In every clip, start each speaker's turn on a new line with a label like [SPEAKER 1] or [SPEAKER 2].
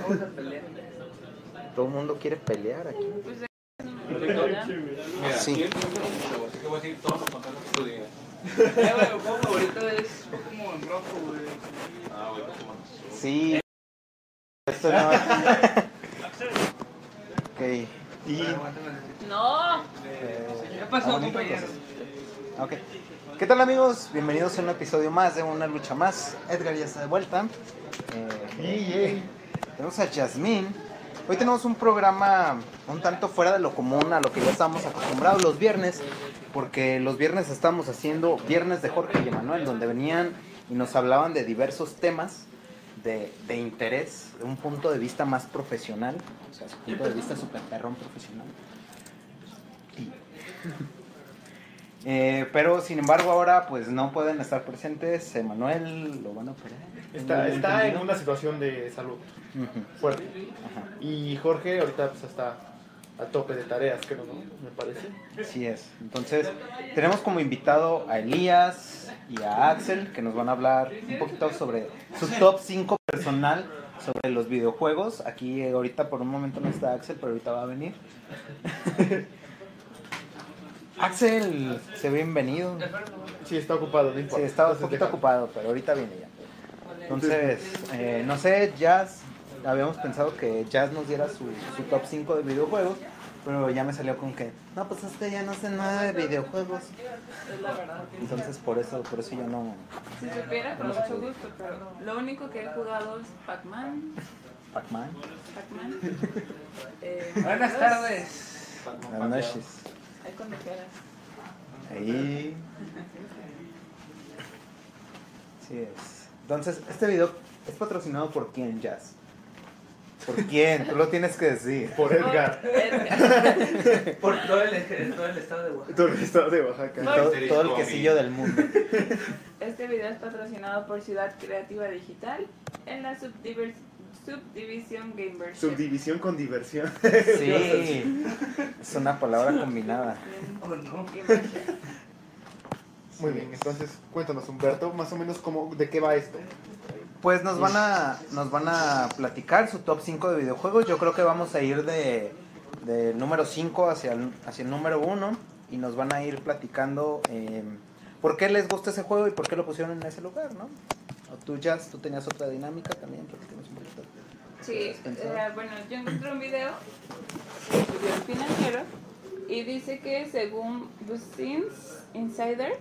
[SPEAKER 1] vamos a pelear.
[SPEAKER 2] Todo el mundo quiere pelear aquí.
[SPEAKER 1] Pues,
[SPEAKER 3] Mira,
[SPEAKER 2] Sí.
[SPEAKER 3] yo encuentro mucho, así que voy a decir todos los contactos que tú digas.
[SPEAKER 1] ya, güey, mi juego favorito es como en rojo, güey.
[SPEAKER 3] Ah, güey, Pokémon.
[SPEAKER 2] Sí. Esto no. ok. Y.
[SPEAKER 1] No,
[SPEAKER 2] eh,
[SPEAKER 1] ¿qué pasó,
[SPEAKER 2] bonito,
[SPEAKER 1] compañero?
[SPEAKER 2] Ok. ¿Qué tal amigos? Bienvenidos a un episodio más de Una Lucha Más. Edgar ya está de vuelta. Eh, Tenemos a Yasmín. Hoy tenemos un programa un tanto fuera de lo común a lo que ya estábamos acostumbrados los viernes, porque los viernes estábamos haciendo Viernes de Jorge y Emanuel, donde venían y nos hablaban de diversos temas de, de interés, de un punto de vista más profesional, o sea, su punto de vista super perrón profesional. Sí. Eh, pero sin embargo ahora pues no pueden estar presentes, Emanuel lo van a operar.
[SPEAKER 4] Está, está en una situación de salud
[SPEAKER 2] Ujú,
[SPEAKER 4] fuerte.
[SPEAKER 2] ajá,
[SPEAKER 4] Y Jorge ahorita pues está a tope de tareas, creo, ¿no? Me parece.
[SPEAKER 2] Así es. Entonces tenemos como invitado a Elías y a Axel que nos van a hablar un poquito sobre su top 5 personal sobre los videojuegos. Aquí eh, ahorita por un momento no está Axel, pero ahorita va a venir. Axel, se bienvenido.
[SPEAKER 4] Sí, está ocupado, no
[SPEAKER 2] Sí,
[SPEAKER 4] importa.
[SPEAKER 2] estaba un
[SPEAKER 4] Entonces,
[SPEAKER 2] poquito
[SPEAKER 4] deja-
[SPEAKER 2] ocupado, pero ahorita viene ya. Entonces, eh, no sé, Jazz, habíamos pensado que Jazz nos diera su, su top 5 de videojuegos, pero ya me salió con que, no, pues es que ya no sé nada de videojuegos.
[SPEAKER 1] Es la verdad.
[SPEAKER 2] Entonces, por eso, por eso yo no...
[SPEAKER 1] Si supiera, con mucho gusto, pero lo único que he jugado es Pac-Man.
[SPEAKER 2] Pac-Man,
[SPEAKER 1] Pac-Man. Eh, Buenas tardes.
[SPEAKER 2] las noches.
[SPEAKER 1] Ahí cuando quieras.
[SPEAKER 2] Ahí... Sí es. Entonces, este video es patrocinado por quién, Jazz? ¿Por quién? Tú lo tienes que decir.
[SPEAKER 4] Por
[SPEAKER 1] Oh,
[SPEAKER 4] Edgar.
[SPEAKER 1] Edgar.
[SPEAKER 5] Por todo el, todo el estado de Oaxaca.
[SPEAKER 4] Tú estás de Oaxaca.
[SPEAKER 2] Todo, todo el quesillo del mundo.
[SPEAKER 1] Este video es patrocinado por Ciudad Creativa Digital en la subdiver- subdivisión Gamership.
[SPEAKER 4] Subdivisión con diversión.
[SPEAKER 2] Sí, es una palabra combinada.
[SPEAKER 1] Bien,
[SPEAKER 5] Oh, no.
[SPEAKER 1] Gamership.
[SPEAKER 4] Muy bien, entonces cuéntanos, Humberto, más o menos cómo, de qué va esto.
[SPEAKER 2] Pues nos van a nos van a platicar su top 5 de videojuegos. Yo creo que vamos a ir de del número 5 hacia el, hacia el número 1 y nos van a ir platicando eh, por qué les gusta ese juego y por qué lo pusieron en ese lugar, ¿no? O tú, Jazz, tú tenías otra dinámica también, platicamos un poquito.
[SPEAKER 1] Sí, eh, bueno, yo encontré un video que subió el financiero y dice que según Business Insider,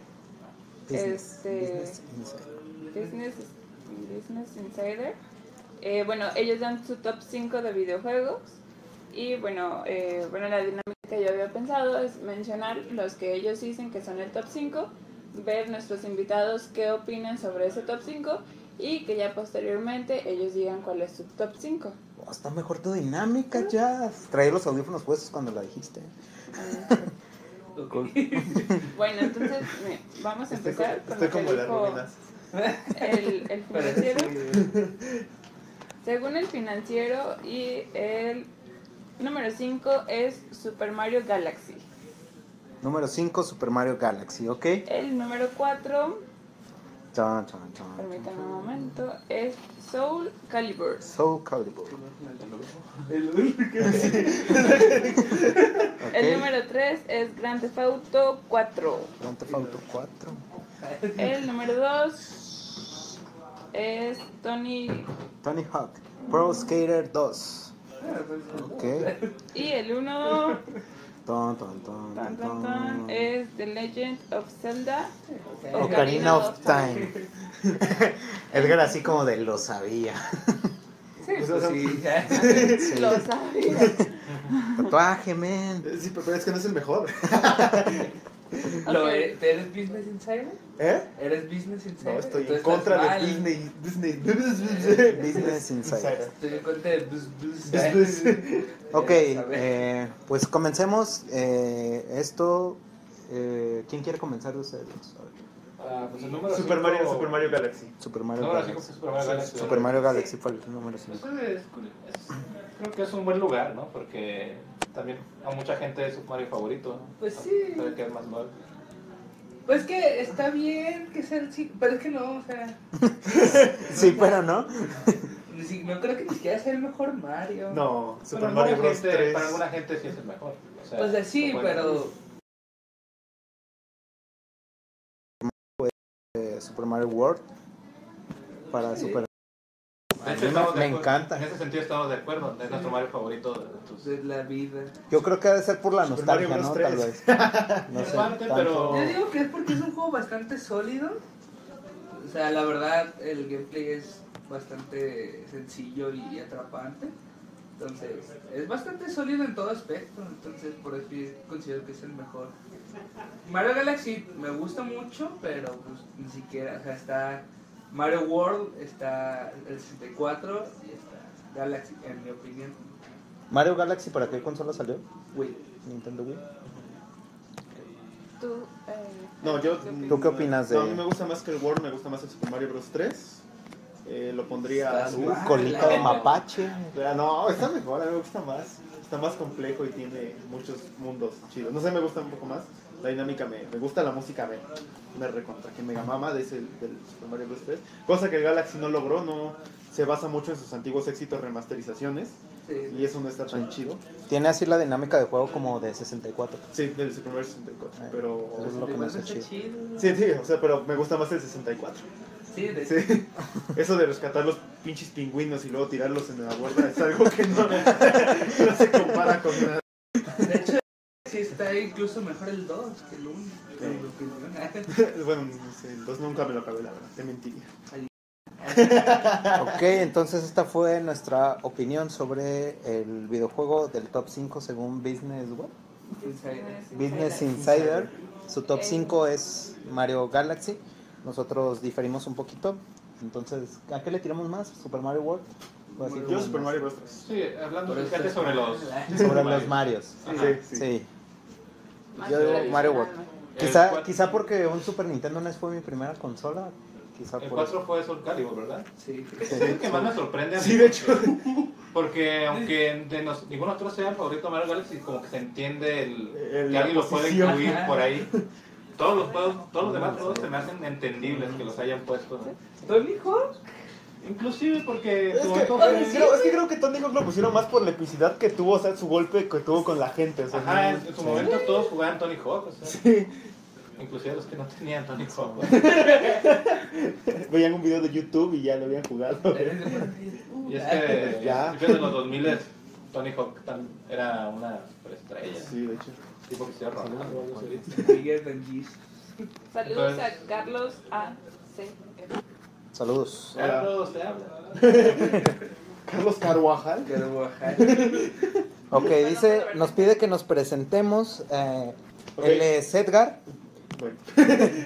[SPEAKER 1] Este-
[SPEAKER 2] business insight.
[SPEAKER 1] Business, Business Insider. Eh, bueno, ellos dan su top 5 de videojuegos. Y bueno, eh, bueno, la dinámica que yo había pensado es mencionar los que ellos dicen que son el top 5, ver nuestros invitados qué opinan sobre ese top 5 y que ya posteriormente ellos digan cuál es su top 5.
[SPEAKER 2] Oh, está mejor tu dinámica, Jazz. Traí los audífonos puestos cuando la dijiste.
[SPEAKER 1] bueno, entonces mira, vamos a
[SPEAKER 4] Estoy,
[SPEAKER 1] empezar
[SPEAKER 4] co-
[SPEAKER 1] con
[SPEAKER 4] estoy
[SPEAKER 1] lo
[SPEAKER 4] como
[SPEAKER 1] que
[SPEAKER 4] las
[SPEAKER 1] dijo
[SPEAKER 4] ruinas.
[SPEAKER 1] el, el
[SPEAKER 5] Para
[SPEAKER 1] financiero.
[SPEAKER 5] decir,
[SPEAKER 1] Según el financiero y el número 5 es Super Mario Galaxy.
[SPEAKER 2] Número 5, Super Mario Galaxy, ¿ok?
[SPEAKER 1] El número 4,
[SPEAKER 2] Chan, chan, chan.
[SPEAKER 1] permítanme un momento, es Soul Calibur.
[SPEAKER 2] Soul Calibur.
[SPEAKER 5] El
[SPEAKER 2] ok.
[SPEAKER 1] El número 3 es Grand Theft Auto 4.
[SPEAKER 2] Grand Theft Auto 4.
[SPEAKER 1] El número 2 es Tony
[SPEAKER 2] Tony Hawk. Pro Skater 2. Ok.
[SPEAKER 1] y el 1
[SPEAKER 2] Ton, ton, ton,
[SPEAKER 1] tan,
[SPEAKER 2] ton,
[SPEAKER 1] tan, tan,
[SPEAKER 2] ton.
[SPEAKER 1] es The Legend of Zelda.
[SPEAKER 2] Ocarina of Time. Edgar así como de lo sabía.
[SPEAKER 4] Pues, o sea,
[SPEAKER 5] Sí, ya.
[SPEAKER 2] Sí.
[SPEAKER 1] Lo sabía.
[SPEAKER 2] Tatuaje, men.
[SPEAKER 4] Eh, Sí, pero es que no es el mejor.
[SPEAKER 5] Lo
[SPEAKER 1] Ok.
[SPEAKER 5] eres, ¿Eres business insider?
[SPEAKER 4] ¿Eh?
[SPEAKER 5] ¿Eres business insider?
[SPEAKER 4] No, estoy
[SPEAKER 5] Tú
[SPEAKER 4] en
[SPEAKER 5] estás
[SPEAKER 4] contra de
[SPEAKER 5] mal.
[SPEAKER 4] Disney. Disney.
[SPEAKER 2] Business Insider.
[SPEAKER 5] Estoy en contra de bus, bus.
[SPEAKER 2] Ok,
[SPEAKER 5] A ver.
[SPEAKER 2] eh, pues comencemos eh, esto. eh, ¿Quién quiere comenzar de ustedes? dos? A ver,
[SPEAKER 3] Ah, pues el número
[SPEAKER 4] Super
[SPEAKER 3] cinco-
[SPEAKER 4] Mario, Super Mario Galaxy.
[SPEAKER 2] Super
[SPEAKER 3] El
[SPEAKER 2] Mario
[SPEAKER 3] número cinco
[SPEAKER 2] Galaxy.
[SPEAKER 3] fue Super Mario Galaxy.
[SPEAKER 2] Super Mario Galaxy fue el número 5.
[SPEAKER 3] Pues, es- es- creo que es un buen lugar, ¿no? Porque también a mucha gente es su Mario favorito. ¿no?
[SPEAKER 5] Pues sí.
[SPEAKER 3] Sabe que es más gol.
[SPEAKER 5] Pues que está bien que sea el chico, pero es que no, o sea,
[SPEAKER 2] Sí, pero no.
[SPEAKER 5] ni si- no creo que ni siquiera sea el mejor Mario.
[SPEAKER 4] No,
[SPEAKER 3] Para
[SPEAKER 4] Super
[SPEAKER 3] alguna
[SPEAKER 4] Mario Bros.
[SPEAKER 3] gente-
[SPEAKER 4] 3.
[SPEAKER 3] Para alguna gente sí es el mejor. O sea,
[SPEAKER 5] O sea, sí,
[SPEAKER 3] lo pueden-
[SPEAKER 5] pero.
[SPEAKER 2] eh, Super Mario World para
[SPEAKER 5] Sí.
[SPEAKER 2] Super.
[SPEAKER 3] De
[SPEAKER 2] A
[SPEAKER 3] hecho,
[SPEAKER 2] mí
[SPEAKER 3] estamos
[SPEAKER 2] me-
[SPEAKER 3] de
[SPEAKER 2] me
[SPEAKER 3] acuerdo-
[SPEAKER 2] encanta.
[SPEAKER 3] En ese sentido estamos de acuerdo. Es
[SPEAKER 5] Sí.
[SPEAKER 3] nuestro Mario favorito. de- de tus-
[SPEAKER 5] De la vida.
[SPEAKER 2] Yo creo que ha de ser por la
[SPEAKER 4] Super
[SPEAKER 2] nostalgia,
[SPEAKER 4] Mario Bros.
[SPEAKER 2] ¿no?
[SPEAKER 4] 3.
[SPEAKER 2] Tal vez. No
[SPEAKER 3] En
[SPEAKER 2] sé.
[SPEAKER 3] parte,
[SPEAKER 2] tanto.
[SPEAKER 3] pero-
[SPEAKER 5] Yo digo que es porque es un juego bastante sólido. O sea, la verdad, el gameplay es bastante sencillo y atrapante. Entonces, es bastante sólido en todo aspecto. Entonces, por eso yo considero que es el mejor. Mario Galaxy me gusta mucho, pero pues ni siquiera. O sea, está Mario World, está el 64 y está Galaxy, en mi opinión.
[SPEAKER 2] Mario Galaxy, ¿para qué consola salió?
[SPEAKER 5] Wii.
[SPEAKER 2] Nintendo Wii.
[SPEAKER 1] Tú, eh,
[SPEAKER 4] No, yo. mm,
[SPEAKER 1] ¿qué
[SPEAKER 2] ¿Tú
[SPEAKER 1] opinas?
[SPEAKER 2] qué opinas de-
[SPEAKER 4] No, a mí me gusta más que el World, me gusta más el Super Mario Bros. 3. Eh, lo pondría.
[SPEAKER 5] Estás
[SPEAKER 4] Uh,
[SPEAKER 5] mal.
[SPEAKER 2] Colita de mapache.
[SPEAKER 4] Ah, No, está mejor, a mí me gusta más. Está más complejo y tiene muchos mundos chidos. No sé, me gusta un poco más. La dinámica me, me gusta, la música me, me recontra. Que Mega Mama de ese, del Super Mario Bros. 3. Cosa que el Galaxy no logró, no se basa mucho en sus antiguos éxitos remasterizaciones.
[SPEAKER 5] Sí.
[SPEAKER 4] Y eso no está tan chido.
[SPEAKER 2] Tiene así la dinámica de juego como de 64.
[SPEAKER 4] Sí, del Super Mario 64. Pero.
[SPEAKER 2] Eso es lo que me hace
[SPEAKER 5] Está
[SPEAKER 2] chido.
[SPEAKER 5] chido.
[SPEAKER 4] Sí, sí, o sea, pero me gusta más el 64.
[SPEAKER 5] Sí, de
[SPEAKER 4] Sí. Eso de rescatar los pinches pingüinos y luego tirarlos en la borda es algo que no, no se compara con nada.
[SPEAKER 5] De hecho, sí está incluso mejor el 2 que el 1.
[SPEAKER 4] Sí. Bueno, no sé, el 2 nunca me lo acabé, la verdad, te mentiría.
[SPEAKER 2] Ok, entonces esta fue nuestra opinión sobre el videojuego del top 5 según Business, Web- Business Insider. Su top 5 es Mario Galaxy. Nosotros diferimos un poquito. Entonces, ¿a qué le tiramos más? ¿Super Mario World? O así
[SPEAKER 4] Yo
[SPEAKER 2] como
[SPEAKER 4] Super Mario Bros. 3.
[SPEAKER 3] Sí, hablando fíjate sobre los.
[SPEAKER 2] Sobre los Marios.
[SPEAKER 3] Ajá.
[SPEAKER 4] Sí, sí.
[SPEAKER 2] Sí.
[SPEAKER 1] Más
[SPEAKER 2] Yo digo Mario World.
[SPEAKER 1] tradicional,
[SPEAKER 3] El
[SPEAKER 2] Quizá,
[SPEAKER 3] cuatro-
[SPEAKER 2] quizá porque un Super Nintendo NES fue mi primera consola. Quizá
[SPEAKER 3] El
[SPEAKER 2] por eso.
[SPEAKER 3] 4 fue Soul Calibur, ¿verdad?
[SPEAKER 5] Sí.
[SPEAKER 3] Es el que más me sorprende. así,
[SPEAKER 4] Sí, de hecho.
[SPEAKER 3] Porque aunque de nos- ninguno de nosotros sea el favorito de Mario Galaxy, como que se entiende el,
[SPEAKER 4] El-
[SPEAKER 3] que
[SPEAKER 4] la
[SPEAKER 3] alguien lo puede
[SPEAKER 4] posición.
[SPEAKER 3] incluir por ahí. Todos los juegos, todos los demás juegos se me hacen entendibles que los hayan puesto. ¿no?
[SPEAKER 5] Tony Hawk.
[SPEAKER 3] Inclusive porque
[SPEAKER 4] Es
[SPEAKER 3] como
[SPEAKER 4] que,
[SPEAKER 3] todo
[SPEAKER 4] creo- es que creo que Tony Hawk lo pusieron más por la epicidad que tuvo, o sea, su golpe que tuvo con la gente. O sea,
[SPEAKER 3] Ajá,
[SPEAKER 4] no-
[SPEAKER 3] en en su momento todos jugaban Tony Hawk, o sea,
[SPEAKER 4] Sí.
[SPEAKER 3] inclusive los que no tenían Tony Hawk.
[SPEAKER 4] Veían un video de YouTube y ya lo habían jugado.
[SPEAKER 3] Y es que
[SPEAKER 4] Ya.
[SPEAKER 3] yo de los 2000 Tony Hawk tan- era una estrella,
[SPEAKER 4] Sí, de hecho.
[SPEAKER 3] tipo que se Ronaldo, algo así.
[SPEAKER 5] Miguel Benjiz.
[SPEAKER 1] Saludos
[SPEAKER 3] Entonces-
[SPEAKER 1] a Carlos A. C.
[SPEAKER 2] Saludos.
[SPEAKER 3] Se habla, o se habla.
[SPEAKER 4] Carlos Carvajal.
[SPEAKER 5] Que de Oaxaca.
[SPEAKER 2] Ok, dice, nos pide que nos presentemos. eh,
[SPEAKER 4] Ok.
[SPEAKER 2] Él es Edgar.
[SPEAKER 4] Bueno,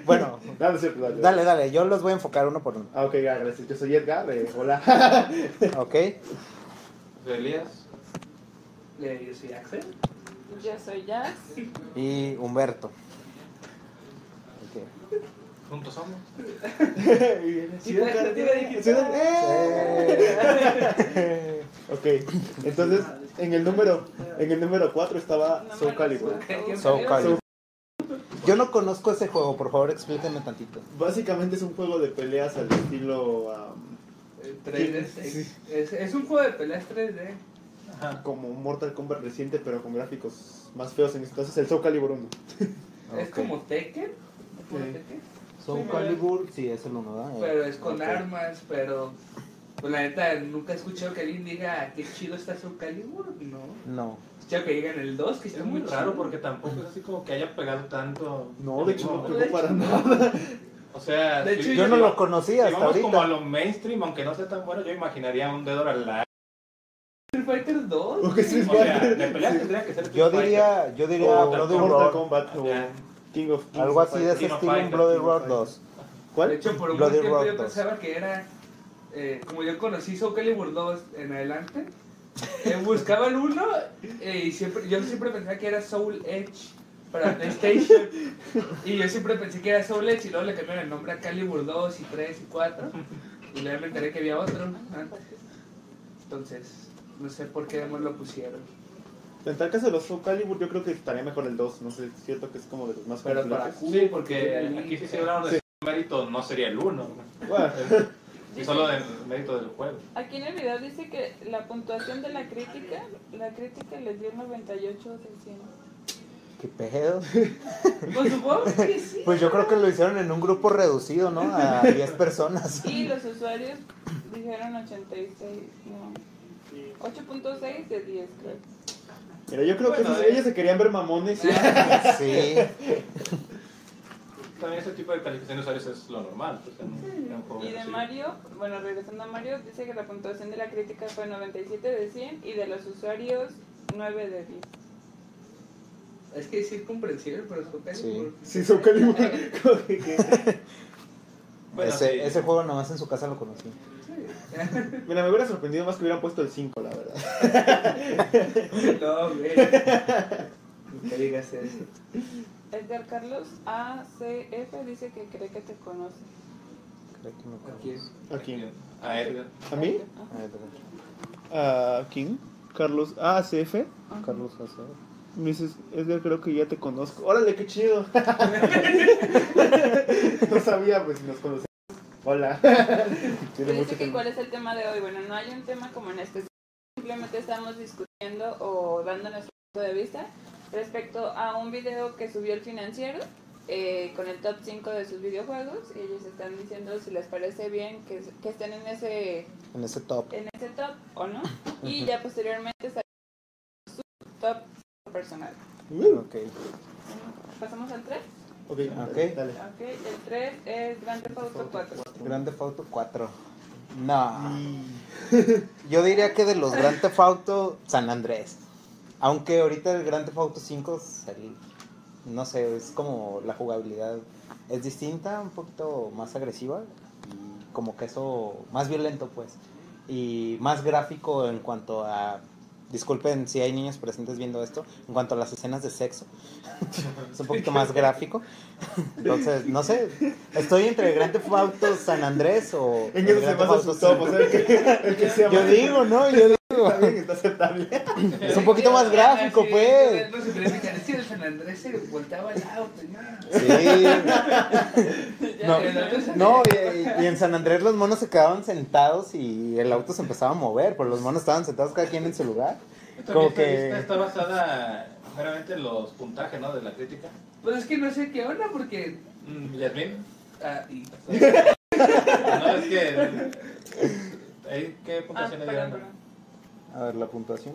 [SPEAKER 2] Bueno,
[SPEAKER 4] dale, sí, dale, dale.
[SPEAKER 2] dale, dale, yo los voy a enfocar uno por uno.
[SPEAKER 4] Ah, ok, ya, gracias. Yo soy Edgar. eh, hola.
[SPEAKER 2] Ok,
[SPEAKER 3] De Elías,
[SPEAKER 5] Eh, Yo soy Axel.
[SPEAKER 1] Yo soy Jazz.
[SPEAKER 2] y Humberto. Ok.
[SPEAKER 3] juntos somos.
[SPEAKER 5] Sí, Edgar, tira digital.
[SPEAKER 4] Sí, Edgar, eh.
[SPEAKER 2] Eh,
[SPEAKER 4] Ok, entonces en el número en el número 4 estaba Soul Calibur.
[SPEAKER 5] Eh,
[SPEAKER 2] Soul Calibur. Yo no conozco ese juego, por favor explíquenme tantito.
[SPEAKER 4] Básicamente es un juego de peleas al estilo am,
[SPEAKER 5] Eh, 3D.
[SPEAKER 4] Sí.
[SPEAKER 5] Es, es un juego de peleas 3D.
[SPEAKER 4] como un Mortal Kombat reciente, pero con gráficos más feos en este caso. Es el Soul Calibur 1.
[SPEAKER 5] Es
[SPEAKER 2] Ok.
[SPEAKER 5] como Tekken. como
[SPEAKER 4] Sí.
[SPEAKER 5] Tekken,
[SPEAKER 2] Soul Calibur, sí, es el uno, ¿verdad? Eh,
[SPEAKER 5] Pero es con
[SPEAKER 2] ok.
[SPEAKER 5] armas, pero. Pues la neta, nunca he escuchado que alguien diga qué chido está Soul Calibur. No.
[SPEAKER 2] No.
[SPEAKER 5] Ya que llegan el 2, que está
[SPEAKER 3] Es muy raro porque tampoco es así como que haya pegado tanto.
[SPEAKER 4] No, de hecho no
[SPEAKER 5] No,
[SPEAKER 4] pegó
[SPEAKER 5] de
[SPEAKER 4] para
[SPEAKER 5] hecho,
[SPEAKER 4] nada.
[SPEAKER 3] O sea,
[SPEAKER 5] De hecho,
[SPEAKER 2] Yo no lo conocía
[SPEAKER 3] si
[SPEAKER 2] hasta
[SPEAKER 3] vamos como a
[SPEAKER 2] ahorita.
[SPEAKER 3] lo mainstream, aunque no sea tan bueno, yo imaginaría un dedo al la.
[SPEAKER 5] Street Fighter 2.
[SPEAKER 4] Porque Street
[SPEAKER 3] O sea,
[SPEAKER 4] Fighter.
[SPEAKER 3] de peleas tendría que ser.
[SPEAKER 2] Yo
[SPEAKER 3] Street
[SPEAKER 2] diría, yo diría
[SPEAKER 4] O
[SPEAKER 2] Bloody
[SPEAKER 4] Mortal
[SPEAKER 2] Roar,
[SPEAKER 4] Kombat o
[SPEAKER 3] Ya.
[SPEAKER 4] King of Kings.
[SPEAKER 2] algo así de ese
[SPEAKER 3] King of
[SPEAKER 2] estilo, un
[SPEAKER 3] Fighters,
[SPEAKER 2] Bloody
[SPEAKER 4] King of
[SPEAKER 2] Roar
[SPEAKER 4] Fighters.
[SPEAKER 2] 2.
[SPEAKER 5] De
[SPEAKER 4] ¿Cuál?
[SPEAKER 5] hecho, por un
[SPEAKER 2] Bloody
[SPEAKER 5] buen tiempo
[SPEAKER 2] Rock
[SPEAKER 5] yo
[SPEAKER 2] 2.
[SPEAKER 5] pensaba que era. eh, como yo conocí Soul Calibur 2 en adelante, eh, buscaba el 1 eh, y siempre, yo siempre pensaba que era Soul Edge para PlayStation. y yo siempre pensé que era Soul Edge y luego le cambiaron el nombre a Calibur 2 y 3 y 4. Y luego me enteré que había otro antes. Entonces, no sé por qué demonios lo pusieron.
[SPEAKER 4] En tal caso de los Soul Calibur, yo creo que estaría mejor el 2. No sé, es cierto que es como de los más
[SPEAKER 5] Pero para
[SPEAKER 4] populares.
[SPEAKER 3] Fighter. Sí, porque aquí sí se hablaron de mérito, no sería el uno.
[SPEAKER 4] Bueno,
[SPEAKER 3] Y solo del mérito del juego.
[SPEAKER 1] Aquí en el video dice que la puntuación de la crítica, la crítica les dio un 98 de 100.
[SPEAKER 2] ¿Qué pedo?
[SPEAKER 5] Pues supongo que sí.
[SPEAKER 2] Pues yo creo que lo hicieron en un grupo reducido, ¿no? A 10 personas.
[SPEAKER 1] Y los usuarios dijeron 86, no. 8.6 de 10, creo.
[SPEAKER 4] Mira, yo creo
[SPEAKER 3] Bueno,
[SPEAKER 4] que esos-
[SPEAKER 3] eh.
[SPEAKER 4] ellos se querían ver mamones.
[SPEAKER 2] Sí.
[SPEAKER 3] También ese tipo de calificación de usuarios es lo normal. Pues, en, en un juego
[SPEAKER 1] Y de
[SPEAKER 3] así.
[SPEAKER 1] Mario, bueno, regresando a Mario, dice que la puntuación de la crítica fue 97 de 100 y de los usuarios 9 de 10.
[SPEAKER 5] Es que sí es comprensible, pero es que
[SPEAKER 2] Sí.
[SPEAKER 4] Sí, son Calibur. Como que- que-
[SPEAKER 3] Bueno,
[SPEAKER 2] ese,
[SPEAKER 3] sí.
[SPEAKER 2] ese juego nomás en su casa lo conocí.
[SPEAKER 4] Mira, me hubiera sorprendido más que hubieran puesto el 5, la verdad.
[SPEAKER 5] No, güey. No te digas eso.
[SPEAKER 1] Edgar Carlos ACF dice que cree que te conoce.
[SPEAKER 2] Creo que me acuerdo.
[SPEAKER 5] ¿A quién?
[SPEAKER 4] ¿A quién?
[SPEAKER 3] A Edgar.
[SPEAKER 4] ¿A mí?
[SPEAKER 2] A ver, espera.
[SPEAKER 4] ¿A quién? Carlos ACF.
[SPEAKER 1] Ajá.
[SPEAKER 2] Carlos Acevedo.
[SPEAKER 4] Me dices, Edgar, creo que ya te conozco. Órale, qué chido. no sabía, pues, si nos conocemos. Hola.
[SPEAKER 1] Pero
[SPEAKER 4] Tiene mucho
[SPEAKER 1] dice que
[SPEAKER 4] tiempo.
[SPEAKER 1] cuál Pues es el tema de hoy. Bueno, no hay un tema como en específico, simplemente estamos discutiendo o dando nuestro punto de vista respecto a un video que subió el financiero eh, con el top 5 de sus videojuegos y ellos están diciendo si les parece bien que, que estén en ese,
[SPEAKER 2] En ese top.
[SPEAKER 1] en ese top o no. Y ya posteriormente salió su top personal.
[SPEAKER 4] Uh,
[SPEAKER 2] Ok.
[SPEAKER 1] Pasamos al 3.
[SPEAKER 4] ok,
[SPEAKER 2] Ok.
[SPEAKER 4] dale.
[SPEAKER 1] Ok, el 3 es Grand Theft Auto 4.
[SPEAKER 2] Grande Fauto 4. No. Yo diría que de los Grande Fauto San Andrés. Aunque ahorita el Grande Fauto 5 salí. No sé, es como la jugabilidad es distinta, un poquito más agresiva y como que eso más violento pues y más gráfico en cuanto a disculpen si hay niños presentes viendo esto, en cuanto a las escenas de sexo. es un poquito más gráfico. Entonces, no sé, estoy entre el Grand Theft Auto San Andrés o
[SPEAKER 4] En
[SPEAKER 2] el
[SPEAKER 4] eso se
[SPEAKER 2] Grand
[SPEAKER 4] basa
[SPEAKER 2] Theft Auto
[SPEAKER 4] su top, o
[SPEAKER 2] 5.
[SPEAKER 4] sea, pues, el que, el que sea
[SPEAKER 2] Yo
[SPEAKER 4] más-
[SPEAKER 2] digo, ¿no? Yo digo,
[SPEAKER 4] Está bien, está aceptable.
[SPEAKER 2] es un poquito más gráfico, pues.
[SPEAKER 5] No se cree que el San Andrés se volteaba al auto. no.
[SPEAKER 2] Sí. No,
[SPEAKER 5] El otro se-
[SPEAKER 2] no y, y en San Andrés los monos se quedaban sentados y el auto se empezaba a mover, pero los monos estaban sentados cada quien en su lugar. Como
[SPEAKER 3] Esta
[SPEAKER 2] que-
[SPEAKER 3] lista está basada meramente en los puntajes, ¿no? De la crítica.
[SPEAKER 5] Pues es que no sé qué onda porque.
[SPEAKER 3] Mm, Yasmín.
[SPEAKER 5] ah, y-
[SPEAKER 3] No, es que. ¿eh? ¿Qué
[SPEAKER 1] Ah,
[SPEAKER 3] puntuación le
[SPEAKER 1] perdón,
[SPEAKER 3] dieron?
[SPEAKER 1] perdón.
[SPEAKER 2] A ver, la puntuación.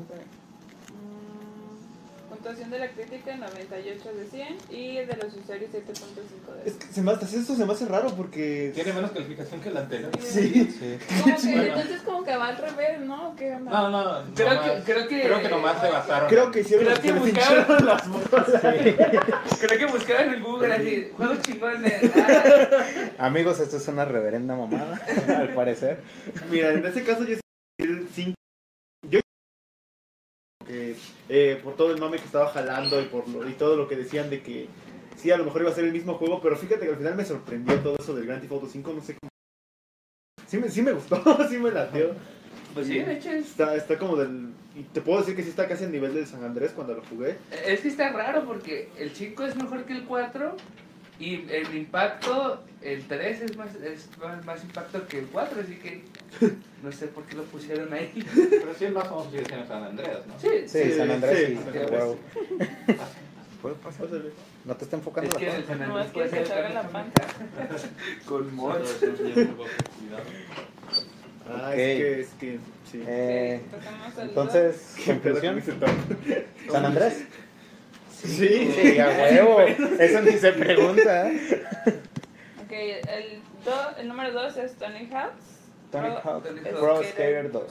[SPEAKER 1] Mm, Puntuación de la crítica 98 de 100 y de los usuarios 7.5 de
[SPEAKER 4] Es que se me hace, esto se me hace raro porque...
[SPEAKER 3] Tiene menos calificación que el anterior.
[SPEAKER 4] Sí.
[SPEAKER 2] Sí.
[SPEAKER 1] Como que, entonces como que va al revés, ¿no? ¿Qué onda?
[SPEAKER 3] No, no, no.
[SPEAKER 5] Creo
[SPEAKER 3] nomás-
[SPEAKER 5] que- creo que-
[SPEAKER 3] Creo que nomás se basaron.
[SPEAKER 4] Creo que hicieron...
[SPEAKER 5] Creo que
[SPEAKER 4] se les
[SPEAKER 5] buscaron-
[SPEAKER 4] hincharon las bolas.
[SPEAKER 5] Creo que buscaban en Google así, juegos chingones. ah,
[SPEAKER 2] Amigos, esto es una reverenda mamada, al parecer.
[SPEAKER 4] Mira, en ese caso yo sí el cinco. Yo que, eh, por todo el mame que estaba jalando y por lo- y todo lo que decían de que sí, a lo mejor iba a ser el mismo juego, pero fíjate que al final me sorprendió todo eso del Grand Theft Auto 5, no sé cómo. Sí me, sí me gustó, sí me lateó.
[SPEAKER 5] Pues sí, de hecho es,
[SPEAKER 4] Está, está como del. y Te puedo decir que sí está casi al nivel del San Andrés cuando lo jugué.
[SPEAKER 5] es que está raro porque el 5 es mejor que el 4 y el impacto, el 3 es más, es más, más impacto que el 4, así que no sé por qué lo pusieron ahí.
[SPEAKER 3] Pero sí, el más famoso sigue siendo San Andreas, ¿no?
[SPEAKER 5] Sí,
[SPEAKER 2] Sí,
[SPEAKER 4] Sí,
[SPEAKER 2] San Andrés.
[SPEAKER 4] sí,
[SPEAKER 2] sí.
[SPEAKER 4] San
[SPEAKER 5] Andrés.
[SPEAKER 2] Wow. ¿Puede pasar?
[SPEAKER 4] Pásale.
[SPEAKER 2] No te está enfocando
[SPEAKER 5] es
[SPEAKER 2] la
[SPEAKER 5] que
[SPEAKER 2] cosa.
[SPEAKER 5] el San
[SPEAKER 1] No, es
[SPEAKER 5] Andrés
[SPEAKER 1] que
[SPEAKER 5] puede
[SPEAKER 1] se
[SPEAKER 5] ser
[SPEAKER 1] sabe la
[SPEAKER 5] también
[SPEAKER 1] panza.
[SPEAKER 5] con
[SPEAKER 3] Solo
[SPEAKER 5] mods.
[SPEAKER 3] es un bien poco cuidado.
[SPEAKER 4] Ah,
[SPEAKER 2] Ok.
[SPEAKER 4] es que, es que, sí.
[SPEAKER 2] Eh,
[SPEAKER 1] Sí, pasamos al
[SPEAKER 2] entonces,
[SPEAKER 4] Pero con
[SPEAKER 2] conclusión,
[SPEAKER 4] ese tono.
[SPEAKER 2] San Andrés.
[SPEAKER 4] Sí.
[SPEAKER 2] Sí, a huevo. Eso ni se pregunta. ¿eh?
[SPEAKER 1] dos. Ok, el, do- el número 2 es Tony Hawk's.
[SPEAKER 2] Tony
[SPEAKER 1] Pro-
[SPEAKER 2] Hawk
[SPEAKER 5] Tony Hawk.
[SPEAKER 2] Pro Skater 2.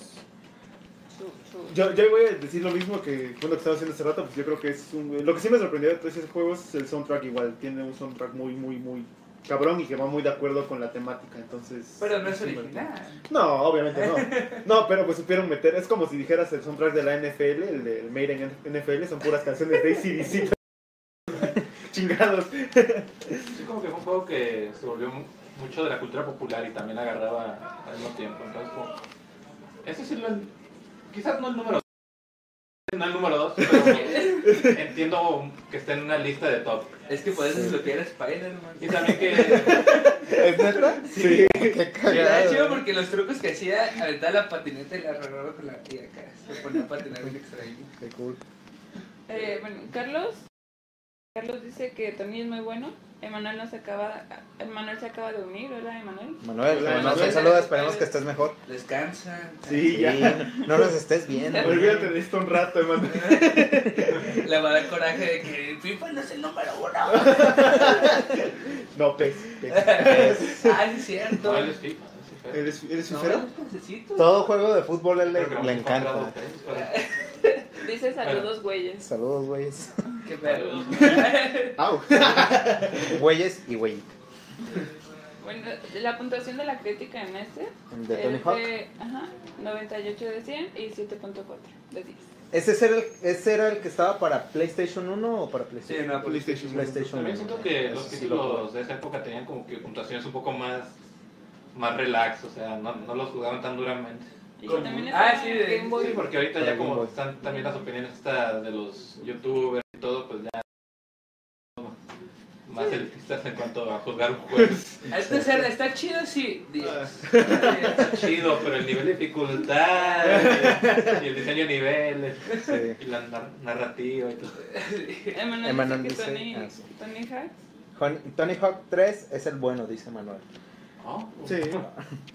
[SPEAKER 1] Chu- chu.
[SPEAKER 4] Yo, yo voy a decir lo mismo que bueno, que estaba haciendo hace rato, pues yo creo que es un... Lo que sí me sorprendió de todos esos juegos es el soundtrack igual, tiene un soundtrack muy, muy, muy cabrón y que va muy de acuerdo con la temática, entonces...
[SPEAKER 5] Pero no es
[SPEAKER 4] sí,
[SPEAKER 5] original.
[SPEAKER 4] No, obviamente no. No, pero pues supieron meter, es como si dijeras el soundtrack de la NFL, el de el Made in NFL, son puras canciones de ACDC. Chingados.
[SPEAKER 3] Sí, como que fue un juego que se volvió mu- mucho de la cultura popular y también agarraba al mismo tiempo. Entonces, como, ese sí lo. Quizás no el número. No el número dos, pero, Entiendo que está en una lista de top.
[SPEAKER 5] Es que puedes desbloquear a Spider-Man.
[SPEAKER 3] Y también que
[SPEAKER 2] ¿Es neta?
[SPEAKER 4] Sí.
[SPEAKER 2] Qué
[SPEAKER 5] Y era chido
[SPEAKER 2] cagado.
[SPEAKER 5] porque los trucos que hacía, aventaba la patineta y la agarraba con la tía acá. Se ponía a patinar bien extraño.
[SPEAKER 2] Qué cool.
[SPEAKER 1] Eh, bueno, Carlos. Carlos dice que Tony es muy bueno. Emanuel nos acaba, Emanuel se acaba de unir, ¿verdad, Emanuel?
[SPEAKER 2] Manuel,
[SPEAKER 4] Hola,
[SPEAKER 2] te mandamos
[SPEAKER 5] Manuel.
[SPEAKER 2] un saludo, esperemos que estés mejor.
[SPEAKER 5] Descansa.
[SPEAKER 4] Sí, ya.
[SPEAKER 2] No nos estés viendo.
[SPEAKER 4] Olvídate de esto un rato, hermano.
[SPEAKER 5] Le va a dar coraje de que FIFA no es el número uno.
[SPEAKER 4] No, pues, pez. pez.
[SPEAKER 5] ah, sí, es cierto.
[SPEAKER 3] no eres FIFA. eres FIFA.
[SPEAKER 4] ¿Eres, eres
[SPEAKER 5] No,
[SPEAKER 4] sincero?
[SPEAKER 5] es necesito.
[SPEAKER 2] Todo juego de fútbol a él
[SPEAKER 3] Creo que
[SPEAKER 2] le, le
[SPEAKER 3] hemos comprado
[SPEAKER 2] encanta.
[SPEAKER 3] tres, pero-
[SPEAKER 1] Dice saludos, güeyes.
[SPEAKER 2] Saludos, güeyes.
[SPEAKER 5] Qué pedo.
[SPEAKER 4] Au.
[SPEAKER 2] Güeyes y güey.
[SPEAKER 1] Bueno, la puntuación de la crítica en este
[SPEAKER 2] De Tony
[SPEAKER 1] es
[SPEAKER 2] Hawk.
[SPEAKER 1] de ajá, 98 de 100 y 7.4 de 10.
[SPEAKER 2] ¿Ese era, el, ¿Ese era el que estaba para PlayStation 1 o para
[SPEAKER 5] Sí,
[SPEAKER 2] PlayStation
[SPEAKER 5] no, pues,
[SPEAKER 4] PlayStation.
[SPEAKER 2] PlayStation
[SPEAKER 3] También
[SPEAKER 2] 1.
[SPEAKER 3] siento que los
[SPEAKER 2] Eso sí lo
[SPEAKER 3] títulos de esa época tenían como que puntuaciones un poco más, más relax, o sea, no, no los jugaban tan duramente.
[SPEAKER 1] Y
[SPEAKER 5] Con-
[SPEAKER 1] también
[SPEAKER 5] Ah,
[SPEAKER 1] está
[SPEAKER 5] sí, de-
[SPEAKER 1] Game
[SPEAKER 3] Sí,
[SPEAKER 1] Boy.
[SPEAKER 3] porque ahorita ya
[SPEAKER 2] Para Game
[SPEAKER 3] como
[SPEAKER 2] Boy.
[SPEAKER 3] están también las opiniones estas de los youtubers y todo, pues ya más elitistas en cuanto a juzgar un juego.
[SPEAKER 5] Este ser está chido, sí. Diez.
[SPEAKER 4] Ah.
[SPEAKER 5] Diez.
[SPEAKER 3] Chido, pero el nivel de dificultad y el diseño de niveles
[SPEAKER 2] Sí.
[SPEAKER 3] y la nar- narrativa y todo.
[SPEAKER 1] Emanuel,
[SPEAKER 2] Emanuel
[SPEAKER 1] dice que
[SPEAKER 2] dice-
[SPEAKER 1] Tony,
[SPEAKER 2] ah, sí.
[SPEAKER 1] Tony Hawk.
[SPEAKER 2] Hon- Tony Hawk 3 es el bueno, dice Manuel.
[SPEAKER 3] Oh,
[SPEAKER 4] Sí.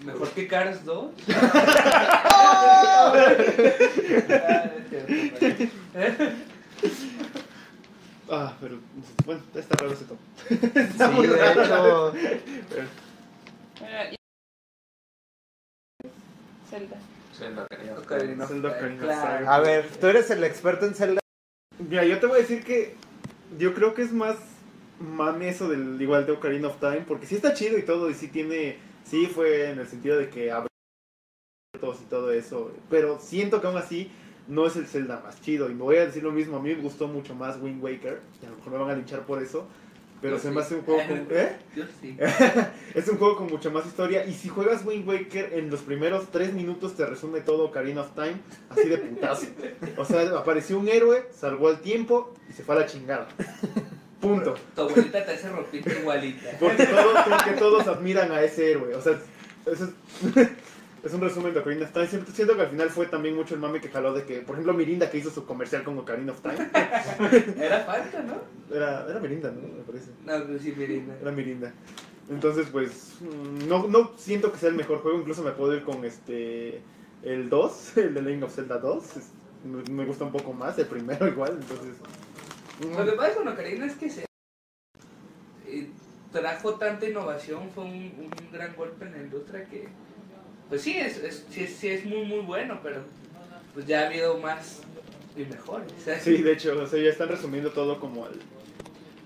[SPEAKER 5] Mejor que Cars 2.
[SPEAKER 4] Ah, pero bueno, está raro ese top.
[SPEAKER 2] Sí, de hecho,
[SPEAKER 1] Bueno, y- Zelda.
[SPEAKER 3] Zelda, creo.
[SPEAKER 5] Ocarina of
[SPEAKER 4] Zelda
[SPEAKER 5] Time,
[SPEAKER 4] Ocarina of
[SPEAKER 5] claro.
[SPEAKER 4] Time.
[SPEAKER 2] a ver, tú eres el experto en Zelda.
[SPEAKER 4] Mira, yo te voy a decir que yo creo que es más mame eso del igual de Ocarina of Time, porque sí está chido y todo, y sí tiene, sí fue en el sentido de que abrió todos y todo eso, pero siento que aún así no es el Zelda más chido, y me voy a decir lo mismo, a mí me gustó mucho más Wind Waker, y a lo mejor me van a linchar por eso, pero
[SPEAKER 5] Yo
[SPEAKER 4] se
[SPEAKER 5] Pues sí.
[SPEAKER 4] me hace un juego con- ¿eh?
[SPEAKER 5] Yo sí.
[SPEAKER 4] es un juego con mucha más historia, y si juegas Wind Waker en los primeros tres minutos te resume todo Ocarina of Time, así de putazo. O sea, apareció un héroe, salvó al tiempo y se fue a la chingada. Punto.
[SPEAKER 5] Tu abuelita te hace ropita igualita.
[SPEAKER 4] Porque todos, porque todos admiran a ese héroe. O sea, eso es, es un resumen de Ocarina of Time. Siento, siento que al final fue también mucho el mame que jaló de que, por ejemplo, Mirinda que hizo su comercial con Ocarina of Time.
[SPEAKER 5] Era falta, ¿no?
[SPEAKER 4] Era, era Mirinda, ¿no? Me parece.
[SPEAKER 5] No, pues sí, Mirinda.
[SPEAKER 4] Era Mirinda. Entonces, pues, mm, no, no siento que sea el mejor juego. Incluso me puedo ir con este. El 2, el de Legend of Zelda 2. Es- me, me gusta un poco más, el primero igual. Entonces. mm.
[SPEAKER 5] Lo que pasa con Ocarina es que se eh, trajo tanta innovación, fue un, un gran golpe en la industria que, pues sí es, es- sí, es- sí es muy, muy bueno, pero pues ya ha habido más y mejores. o sea,
[SPEAKER 4] Sí, de hecho, o sea, ya están resumiendo todo como al...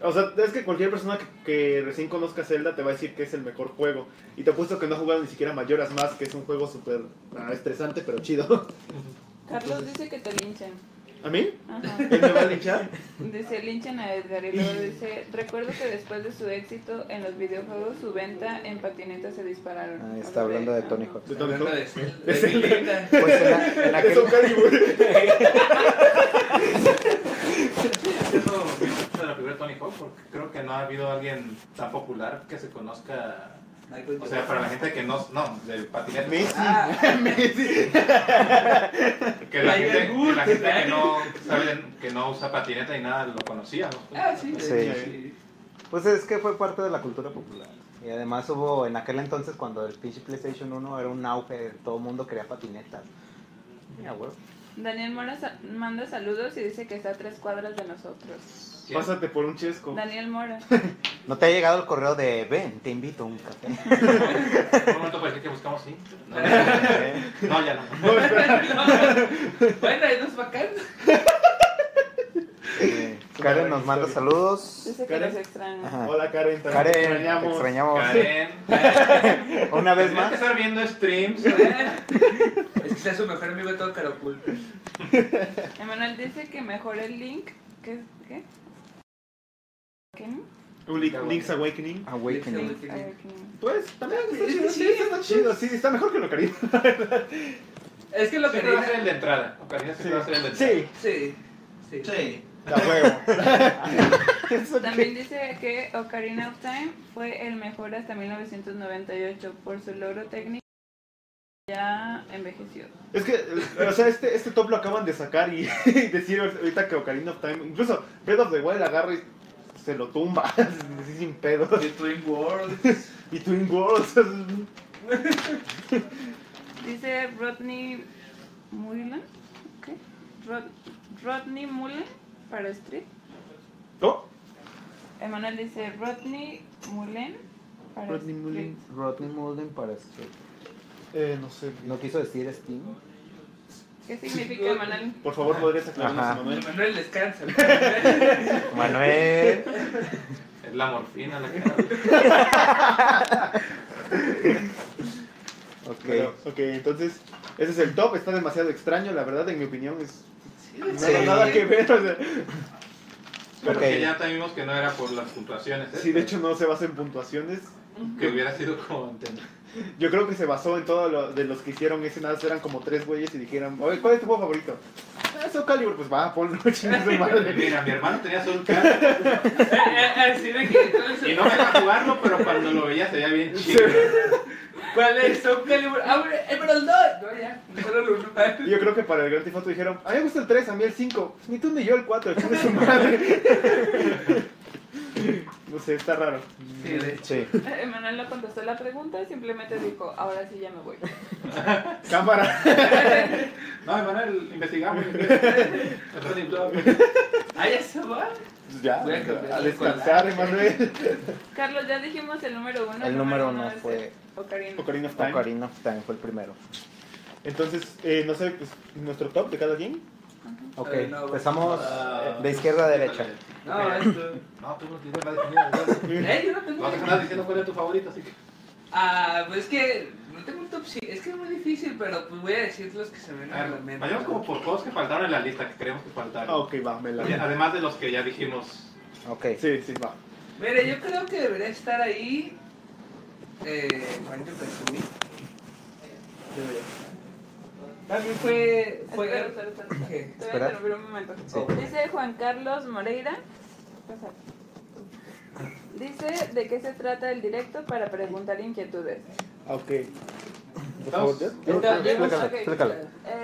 [SPEAKER 4] O sea, es que cualquier persona que, que recién conozca Zelda te va a decir que es el mejor juego. Y te apuesto que no ha jugado ni siquiera Mayoras más, que es un juego súper ah, estresante, pero chido.
[SPEAKER 1] Carlos dice que te linchan.
[SPEAKER 4] ¿A mí?
[SPEAKER 1] Ajá.
[SPEAKER 4] ¿Él me va a linchar?
[SPEAKER 1] Dice linchan a Edgar y luego dice, recuerdo que después de su éxito en los videojuegos, su venta en patinetas se dispararon.
[SPEAKER 2] Ah, está hablando de Tony Hawk.
[SPEAKER 4] ¿De Tony
[SPEAKER 5] hablando
[SPEAKER 4] Hawk?
[SPEAKER 5] de Zelda, de Zelda.
[SPEAKER 2] Pues en, a- en
[SPEAKER 4] De Soul
[SPEAKER 2] aquel,
[SPEAKER 4] Calibur.
[SPEAKER 3] Eso de la figura de Tony Hawk, porque creo que no ha habido alguien tan popular que se conozca.
[SPEAKER 5] Michael
[SPEAKER 3] O sea, para la gente que no. No, del patinete.
[SPEAKER 4] Messi.
[SPEAKER 5] Ah,
[SPEAKER 4] Messi.
[SPEAKER 3] Que la,
[SPEAKER 5] Tiger
[SPEAKER 3] gente, que la
[SPEAKER 5] Woods.
[SPEAKER 3] gente que no sabe que no usa patineta y nada lo conocía, ¿no? Pues,
[SPEAKER 5] ah, sí,
[SPEAKER 2] Sí.
[SPEAKER 5] sí.
[SPEAKER 2] pues es que fue parte de la cultura popular. Y además hubo, en aquel entonces, cuando el pinche PlayStation 1 era un auge, todo el mundo quería patinetas. Mira, güey.
[SPEAKER 1] Daniel Mora sa- manda saludos y dice que está a tres cuadras de nosotros.
[SPEAKER 3] ¿Quién?
[SPEAKER 4] Pásate por un
[SPEAKER 5] Oh.
[SPEAKER 4] chesco.
[SPEAKER 1] Daniel Mora.
[SPEAKER 2] ¿No te ha llegado el correo de, ven, te invito a un café?
[SPEAKER 3] Por un momento parecía que buscamos sí. No, no, ya no.
[SPEAKER 4] No, espera.
[SPEAKER 5] bueno, hay dos vacantes.
[SPEAKER 2] Eh, Karen nos manda saludos.
[SPEAKER 1] Dice que
[SPEAKER 4] ¿Karen?
[SPEAKER 1] los extraña.
[SPEAKER 2] Ajá.
[SPEAKER 4] Hola, Karen. también
[SPEAKER 2] Karen,
[SPEAKER 4] te
[SPEAKER 2] te extrañamos.
[SPEAKER 3] Karen. Karen,
[SPEAKER 2] Una vez
[SPEAKER 3] tendrías que
[SPEAKER 2] más.
[SPEAKER 3] estar viendo streams.
[SPEAKER 5] Es que sea su mejor amigo de todo Caracol.
[SPEAKER 1] Emanuel dice que mejor el link. ¿Qué? ¿Qué? ¿Qué?
[SPEAKER 4] Un Link- Link's Awakening.
[SPEAKER 2] Ah, Awakening.
[SPEAKER 1] A ver, ¿qué?
[SPEAKER 4] Pues, también está
[SPEAKER 5] Sí,
[SPEAKER 4] chido.
[SPEAKER 5] sí,
[SPEAKER 4] Sí, está chido. Sí, está mejor que lo cariño.
[SPEAKER 5] Es que lo que
[SPEAKER 3] Siempre va a ser el de entrada. Ocarina siempre va a ser el de entrada.
[SPEAKER 4] Sí.
[SPEAKER 5] Sí, sí.
[SPEAKER 6] Sí.
[SPEAKER 4] La huevo.
[SPEAKER 1] También dice que Ocarina of Time fue el mejor hasta 1998 por su logro técnico ya envejeció.
[SPEAKER 4] Es que, eh, o sea, este, este top lo acaban de sacar y, y decir ahorita que Ocarina of Time, incluso Breath of the Wild agarra y se lo tumba, así sin pedo.
[SPEAKER 5] The Twin World.
[SPEAKER 4] Y Twin Worlds. es-
[SPEAKER 1] Dice Rodney Mullen, ¿qué? Rod- Rodney Mullen para Street.
[SPEAKER 4] ¿No?
[SPEAKER 1] Emanuel dice Rodney Mullen para
[SPEAKER 4] Rodney
[SPEAKER 1] Street.
[SPEAKER 4] Mullen.
[SPEAKER 2] Rodney Mullen para Steam.
[SPEAKER 4] Eh, no sé.
[SPEAKER 2] ¿No quiso decir Steam?
[SPEAKER 1] ¿Qué significa Emanuel?
[SPEAKER 4] Por favor, podrías
[SPEAKER 2] Ajá.
[SPEAKER 4] aclararnos, Manuel.
[SPEAKER 5] Manuel descansa.
[SPEAKER 2] Manuel.
[SPEAKER 3] Es la morfina la que
[SPEAKER 2] Ok.
[SPEAKER 4] Pero, ok, entonces, ese es el top, está demasiado extraño, la verdad, en mi opinión, es
[SPEAKER 2] Sí.
[SPEAKER 4] nada, nada que ver. o sea,
[SPEAKER 3] Pero
[SPEAKER 2] Ok.
[SPEAKER 3] que ya también que no era por las puntuaciones. ¿eh?
[SPEAKER 4] sí, de hecho no se basa en puntuaciones.
[SPEAKER 3] Que hubiera sido como entender.
[SPEAKER 4] Yo creo que se basó en todo lo de los que hicieron ese, nada, más eran como tres güeyes y dijeron, oye, ¿cuál es tu juego favorito? Ah, Soul Calibur, pues va, ponlo, chingue su madre.
[SPEAKER 3] Mira, mi hermano tenía solo un carro
[SPEAKER 5] Así de eh, que, ¿cuál es
[SPEAKER 3] y
[SPEAKER 5] el-
[SPEAKER 3] no me dejaba jugarlo, pero cuando lo veía se veía bien chido.
[SPEAKER 5] ¿Cuál es? Son Calibur. ¡Abre! ¡Emerald 2! No, ya. Solo el uno.
[SPEAKER 4] Y yo creo que para el Grand Theft Auto dijeron, a mí me gusta el 3, a mí el 5, ni tú ni yo el 4, chingue su madre. No sé, está raro.
[SPEAKER 5] Sí, de hecho.
[SPEAKER 2] Sí.
[SPEAKER 1] Emanuel no contestó la pregunta, simplemente dijo, ahora sí ya me voy.
[SPEAKER 4] Cámara.
[SPEAKER 3] No, Emanuel, investigamos. Entonces,
[SPEAKER 5] Ah, ya se va.
[SPEAKER 4] Pues Ya,
[SPEAKER 5] Voy a cambiar
[SPEAKER 4] a
[SPEAKER 5] el
[SPEAKER 4] descansar, Emanuel.
[SPEAKER 1] Carlos, ya dijimos el número uno.
[SPEAKER 2] El número uno
[SPEAKER 1] es
[SPEAKER 2] fue-
[SPEAKER 1] Ocarina.
[SPEAKER 4] Ocarina of Time.
[SPEAKER 2] Ocarina of Time fue el primero.
[SPEAKER 4] Entonces, eh, no sé, pues, nuestro top de cada quien.
[SPEAKER 2] Ok,
[SPEAKER 5] Eh, no,
[SPEAKER 2] empezamos
[SPEAKER 3] ah,
[SPEAKER 2] eh, de izquierda a derecha.
[SPEAKER 5] No, esto.
[SPEAKER 3] No, tú no tienes la definición.
[SPEAKER 5] Eh, yo no
[SPEAKER 3] No te
[SPEAKER 5] tengo.
[SPEAKER 3] estás diciendo cuál es tu favorito, así que.
[SPEAKER 5] Ah, pues es que no tengo un top 5. Es que es muy difícil, pero pues voy a decir los que se me vienen a la mente.
[SPEAKER 3] Vayamos como por juegos que faltaron en la lista, que creemos que
[SPEAKER 4] Ah,
[SPEAKER 3] faltaron.
[SPEAKER 4] ok, va, me la.
[SPEAKER 3] Y Además de los que ya dijimos.
[SPEAKER 2] Ok.
[SPEAKER 4] Sí, sí, va.
[SPEAKER 5] Mira, yo creo que debería estar ahí. Eh, Banjo Kazooie. Debería estar. También fue.
[SPEAKER 1] Espera,
[SPEAKER 5] fue
[SPEAKER 1] espera, espera, espera.
[SPEAKER 5] ¿Qué?
[SPEAKER 1] Te voy a
[SPEAKER 2] Espera.
[SPEAKER 1] interrumpir un momento.
[SPEAKER 2] Sí.
[SPEAKER 1] Dice Juan Carlos Moreira. pasa. Dice de qué se trata el directo para preguntar inquietudes.
[SPEAKER 4] Ah, ok. Por favor, ya.
[SPEAKER 1] Entonces,
[SPEAKER 2] Explícala,
[SPEAKER 1] ok.
[SPEAKER 2] explícala.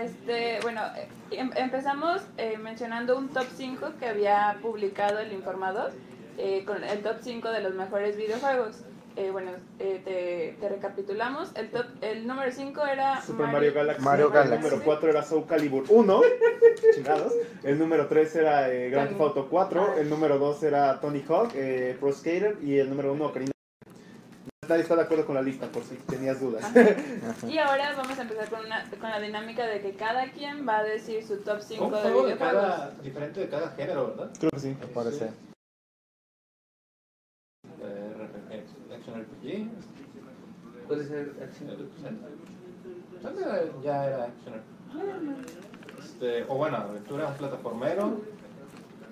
[SPEAKER 1] Este, bueno, eh, em- empezamos eh, mencionando un top 5 que había publicado el informador, eh, con el top 5 de los mejores videojuegos. Eh, bueno, eh, te, te recapitulamos. El, top, el número 5 era
[SPEAKER 4] Super Mario Galaxy.
[SPEAKER 2] Mario
[SPEAKER 4] El
[SPEAKER 2] Galaxy.
[SPEAKER 4] número 4 era Soul Calibur 1. Chingados. El número 3 era eh, Grand Theft Auto 4. El número 2 era Tony Hawk, eh, Pro Skater. Y el número 1, Ocarina. Nadie está de acuerdo con la lista, por si tenías dudas.
[SPEAKER 1] Y ahora vamos a empezar con, una, con la dinámica de que cada quien va a decir su top 5
[SPEAKER 3] Un
[SPEAKER 1] de
[SPEAKER 3] juego de
[SPEAKER 1] videojuegos.
[SPEAKER 3] cada, diferente de cada género, ¿verdad?
[SPEAKER 4] Creo que sí.
[SPEAKER 2] Me parece.
[SPEAKER 3] Eh, RPG, Action RPG.
[SPEAKER 5] ¿Cuál es el acción?
[SPEAKER 3] ¿Dónde ya era Action RPG? Este, o bueno, aventura, un plataformero.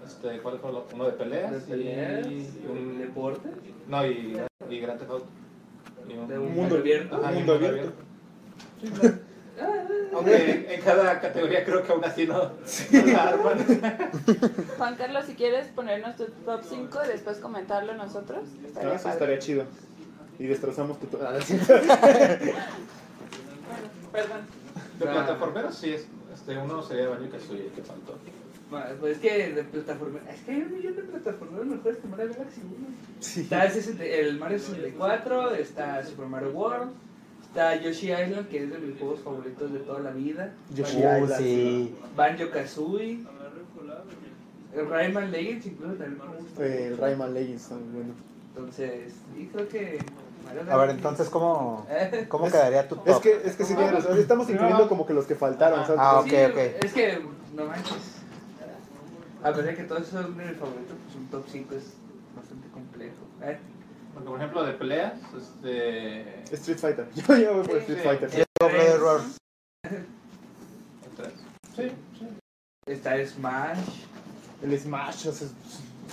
[SPEAKER 3] Este, ¿Cuál fue lo- uno de peleas?
[SPEAKER 5] ¿De peleas?
[SPEAKER 3] Y
[SPEAKER 5] ¿Un
[SPEAKER 3] un,
[SPEAKER 5] deporte?
[SPEAKER 3] no, y, y Grand Theft Auto. Y
[SPEAKER 5] ¿De un
[SPEAKER 4] mundo
[SPEAKER 5] mundo abierto?
[SPEAKER 3] ajá, y
[SPEAKER 4] mundo abierto.
[SPEAKER 3] Aunque en, en cada categoría creo que aún así no, no la arman.
[SPEAKER 1] Juan Carlos, si quieres ponernos tu top 5 y después comentarlo nosotros,
[SPEAKER 4] Ah,
[SPEAKER 1] estaría
[SPEAKER 4] eso
[SPEAKER 1] padre.
[SPEAKER 4] estaría chido. Y destrozamos tu. Ah, sí.
[SPEAKER 1] Bueno, perdón.
[SPEAKER 3] De
[SPEAKER 5] Ah.
[SPEAKER 3] plataformeros sí, es, este, uno sería Banjo Kazooie, que faltó.
[SPEAKER 5] Bueno, Pues es que de plataforma. Es que hay un millón de plataformas mejores que Mario Galaxy 1. Está el, 60 el Mario 64, está Super Mario World, está Yoshi Island, que es de mis juegos favoritos de toda la vida.
[SPEAKER 4] Yoshi
[SPEAKER 2] Uh,
[SPEAKER 4] Island.
[SPEAKER 2] sí.
[SPEAKER 5] Banjo Kazooie. El Rayman Legends incluso también me gusta.
[SPEAKER 4] Eh, el Rayman Legends, está muy bueno.
[SPEAKER 5] Entonces, y creo que. Mario
[SPEAKER 2] A ver,
[SPEAKER 5] Galaxy-
[SPEAKER 2] entonces, ¿cómo,
[SPEAKER 5] Eh,
[SPEAKER 2] cómo
[SPEAKER 4] Es-
[SPEAKER 2] quedaría tu top?
[SPEAKER 4] Es que, es que sí tienes razón, estamos incluyendo como que los que faltaron, ¿sabes?
[SPEAKER 2] Ah, ok,
[SPEAKER 5] sí,
[SPEAKER 2] ok.
[SPEAKER 5] Es que, no manches. A pesar de que todos esos son mis favoritos, pues un top 5 es bastante complejo. Eh,
[SPEAKER 3] Porque, por ejemplo, de peleas, este...
[SPEAKER 4] Street Fighter. Yo, yo voy por
[SPEAKER 1] Sí,
[SPEAKER 4] Street
[SPEAKER 3] sí.
[SPEAKER 4] Fighter.
[SPEAKER 2] Yo digo Brother Roar.
[SPEAKER 3] Tres. Sí, sí.
[SPEAKER 5] Está Smash.
[SPEAKER 4] El Smash, o sea,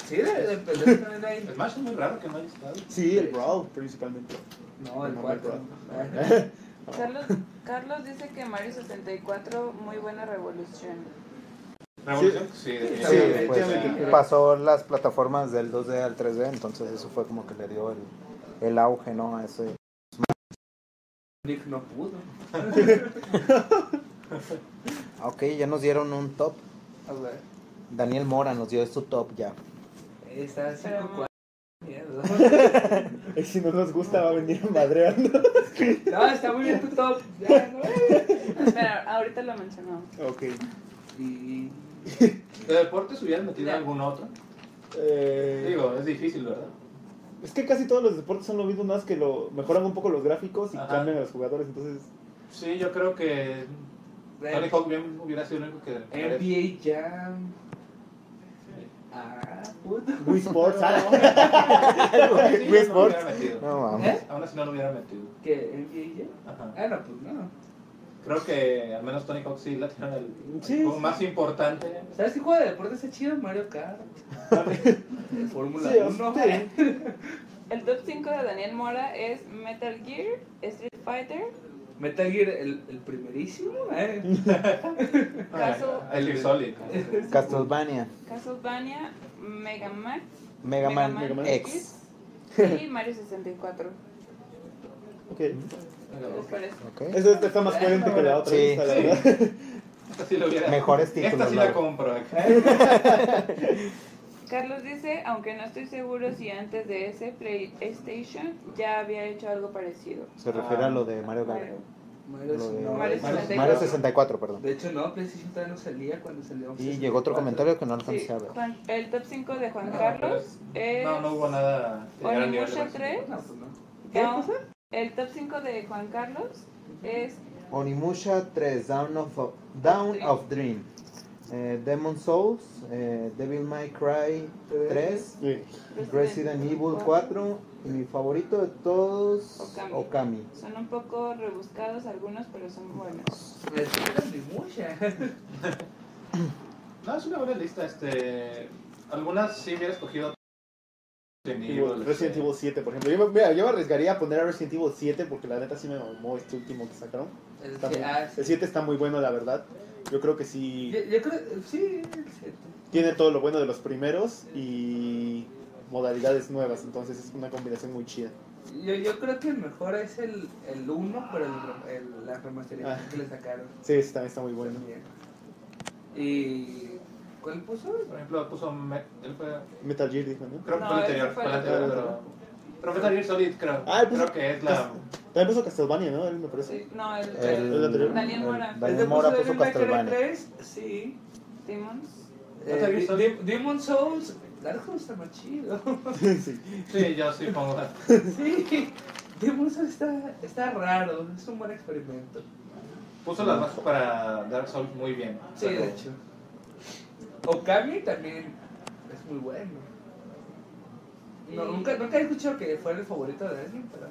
[SPEAKER 5] Sí, de, de peleas también hay.
[SPEAKER 3] Smash es muy raro que no haya estado.
[SPEAKER 4] sí, el Brawl principalmente.
[SPEAKER 5] No, el Eh,
[SPEAKER 4] No,
[SPEAKER 5] 4.
[SPEAKER 1] Carlos, Carlos dice que Mario 64, muy buena revolución.
[SPEAKER 3] ¿Revolución? Sí,
[SPEAKER 2] Sí,
[SPEAKER 3] definitivamente.
[SPEAKER 2] pues,
[SPEAKER 4] definitivamente.
[SPEAKER 2] pasó las plataformas del 2D al 3D, entonces eso fue como que le dio el, el auge, ¿no? A ese.
[SPEAKER 5] Nick no pudo.
[SPEAKER 2] Ah, Ok, ya nos dieron un top.
[SPEAKER 5] A ver.
[SPEAKER 2] Daniel Mora nos dio su top ya.
[SPEAKER 5] Está
[SPEAKER 1] Pero-
[SPEAKER 5] 5 Mierda.
[SPEAKER 4] Y si no nos gusta, va a venir madreando.
[SPEAKER 5] No, está muy bien tu top. Ya, no.
[SPEAKER 1] Espera, ahorita lo mencionamos.
[SPEAKER 4] Ok.
[SPEAKER 5] Y.
[SPEAKER 3] ¿De deportes hubieran metido
[SPEAKER 1] Ya.
[SPEAKER 3] algún otro?
[SPEAKER 4] Eh,
[SPEAKER 3] Digo, es difícil, ¿verdad?
[SPEAKER 4] Es que casi todos los deportes son lo mismo, nada más que lo mejoran un poco los gráficos y
[SPEAKER 3] Ajá.
[SPEAKER 4] cambian a los jugadores. Entonces,
[SPEAKER 3] Sí, yo creo que Tony Hawk bien hubiera sido el único que...
[SPEAKER 5] NBA Jam. Ah, puto.
[SPEAKER 4] Wii Sports, ah, no.
[SPEAKER 3] Wii
[SPEAKER 2] Wii Sports.
[SPEAKER 3] metido.
[SPEAKER 2] No mames.
[SPEAKER 5] ¿Eh?
[SPEAKER 3] Aún así no lo hubiera metido.
[SPEAKER 5] ¿Qué? ¿NBA Jam?
[SPEAKER 3] Ajá.
[SPEAKER 5] Ah, no, pues no.
[SPEAKER 3] Creo que al menos Tony Hawk sí la tiene el,
[SPEAKER 4] Sí,
[SPEAKER 3] como
[SPEAKER 4] sí.
[SPEAKER 3] más importante.
[SPEAKER 5] ¿Sabes qué juego de deportes está chido? Mario Kart. Fórmula
[SPEAKER 4] Sí,
[SPEAKER 5] 1.
[SPEAKER 4] sí.
[SPEAKER 1] El top 5 de Daniel Mora es Metal Gear, Street Fighter,
[SPEAKER 5] Metal Gear, el, el primerísimo. ¿eh?
[SPEAKER 1] Caso-
[SPEAKER 3] Ah, el Gear Solid.
[SPEAKER 2] Castlevania,
[SPEAKER 1] Castlevania, Mega Max,
[SPEAKER 2] Mega Man,
[SPEAKER 4] Mega Man
[SPEAKER 2] X.
[SPEAKER 1] X y Mario 64.
[SPEAKER 4] Ok.
[SPEAKER 1] ¿Qué les parece?
[SPEAKER 2] Ok.
[SPEAKER 4] Eso está más coherente que la otra
[SPEAKER 2] Sí.
[SPEAKER 4] lista, la verdad.
[SPEAKER 3] Esta sí lo hubiera.
[SPEAKER 2] Mejores
[SPEAKER 3] Esta
[SPEAKER 2] títulos,
[SPEAKER 3] sí
[SPEAKER 2] la
[SPEAKER 3] la
[SPEAKER 2] verdad.
[SPEAKER 3] compro eh. acá.
[SPEAKER 1] Carlos dice, aunque no estoy seguro si antes de ese PlayStation ya había hecho algo parecido.
[SPEAKER 2] Se refiere a lo de Mario Kart.
[SPEAKER 5] Mario,
[SPEAKER 2] Lo de-
[SPEAKER 5] no,
[SPEAKER 1] Mario
[SPEAKER 2] Mario 64, perdón.
[SPEAKER 5] De hecho, no, PlayStation todavía no salía cuando salió.
[SPEAKER 2] Y llegó
[SPEAKER 5] 64.
[SPEAKER 2] otro comentario que no alcancé
[SPEAKER 1] Sí,
[SPEAKER 2] a ver.
[SPEAKER 1] Juan- el top 5 de Juan
[SPEAKER 3] No,
[SPEAKER 1] Carlos es...
[SPEAKER 3] No, no hubo nada. que llegara al nivel de
[SPEAKER 1] Onimusha
[SPEAKER 3] Max.
[SPEAKER 1] 3.
[SPEAKER 5] No, pues no.
[SPEAKER 1] ¿Qué El top 5 de Juan Carlos es
[SPEAKER 2] Onimusha 3, Down of, Down of Dream. Eh, Demon Souls, eh, Devil May Cry 3,
[SPEAKER 4] Sí.
[SPEAKER 2] Resident Evil 4 y mi favorito de todos,
[SPEAKER 1] Okami.
[SPEAKER 2] Okami.
[SPEAKER 1] Son un poco rebuscados algunos, pero son buenos.
[SPEAKER 5] Es que era ni mucha.
[SPEAKER 3] No, es una buena lista. Este, algunas sí hubiera escogido. Resident Evil,
[SPEAKER 4] Resident
[SPEAKER 3] este,
[SPEAKER 4] Evil 7, por ejemplo. Yo me, mira, yo me arriesgaría a poner a Resident Evil 7 porque la neta sí me mamó este último que sacaron.
[SPEAKER 5] Es
[SPEAKER 4] Está
[SPEAKER 5] que,
[SPEAKER 4] muy-
[SPEAKER 5] ah, sí.
[SPEAKER 4] El 7 está muy bueno, la verdad. Yo creo que
[SPEAKER 5] Yo,
[SPEAKER 4] sí
[SPEAKER 5] yo creo, sí, el set.
[SPEAKER 4] tiene todo lo bueno de los primeros y modalidades nuevas. Entonces es una combinación muy chida.
[SPEAKER 5] Yo, yo creo que el mejor es el 1, pero el, el- la remasterización
[SPEAKER 4] Ah.
[SPEAKER 5] que le sacaron.
[SPEAKER 4] Sí, ese también está muy bueno.
[SPEAKER 5] También. ¿Y cuál puso?
[SPEAKER 3] Por ejemplo, puso. Me- él fue-
[SPEAKER 4] Metal Gear dijo, ¿no?
[SPEAKER 3] creo que
[SPEAKER 1] No,
[SPEAKER 3] fue el
[SPEAKER 1] ese
[SPEAKER 3] anterior.
[SPEAKER 1] fue
[SPEAKER 3] Fue el
[SPEAKER 1] el
[SPEAKER 3] anterior,
[SPEAKER 4] otro.
[SPEAKER 3] pero. Pero fue Gear Solid, creo.
[SPEAKER 4] Ah, él puso-
[SPEAKER 3] creo que es la.
[SPEAKER 4] También puso Castlevania, ¿no? Él me parece.
[SPEAKER 1] Sí, No, el,
[SPEAKER 2] El,
[SPEAKER 4] El anterior.
[SPEAKER 1] Daniel Mora.
[SPEAKER 2] el
[SPEAKER 5] Este
[SPEAKER 2] Daniel Mora puso
[SPEAKER 5] Devil May Cry
[SPEAKER 2] Castlevania.
[SPEAKER 5] 3, sí.
[SPEAKER 1] Demons.
[SPEAKER 5] Eh,
[SPEAKER 3] Metal Gear
[SPEAKER 5] Di-
[SPEAKER 3] Solid.
[SPEAKER 5] Di- Demon Souls, Dark Souls está más chido.
[SPEAKER 4] sí.
[SPEAKER 3] Sí, yo sí pongo.
[SPEAKER 5] sí, Demon Souls está, está raro, es un buen experimento.
[SPEAKER 3] Puso las bases para Dark Souls muy bien.
[SPEAKER 5] Sí,
[SPEAKER 3] Pero-
[SPEAKER 5] de hecho. Okami también es muy bueno. No,
[SPEAKER 1] Y-
[SPEAKER 5] nunca, nunca he escuchado que fuera el favorito de alguien, pero.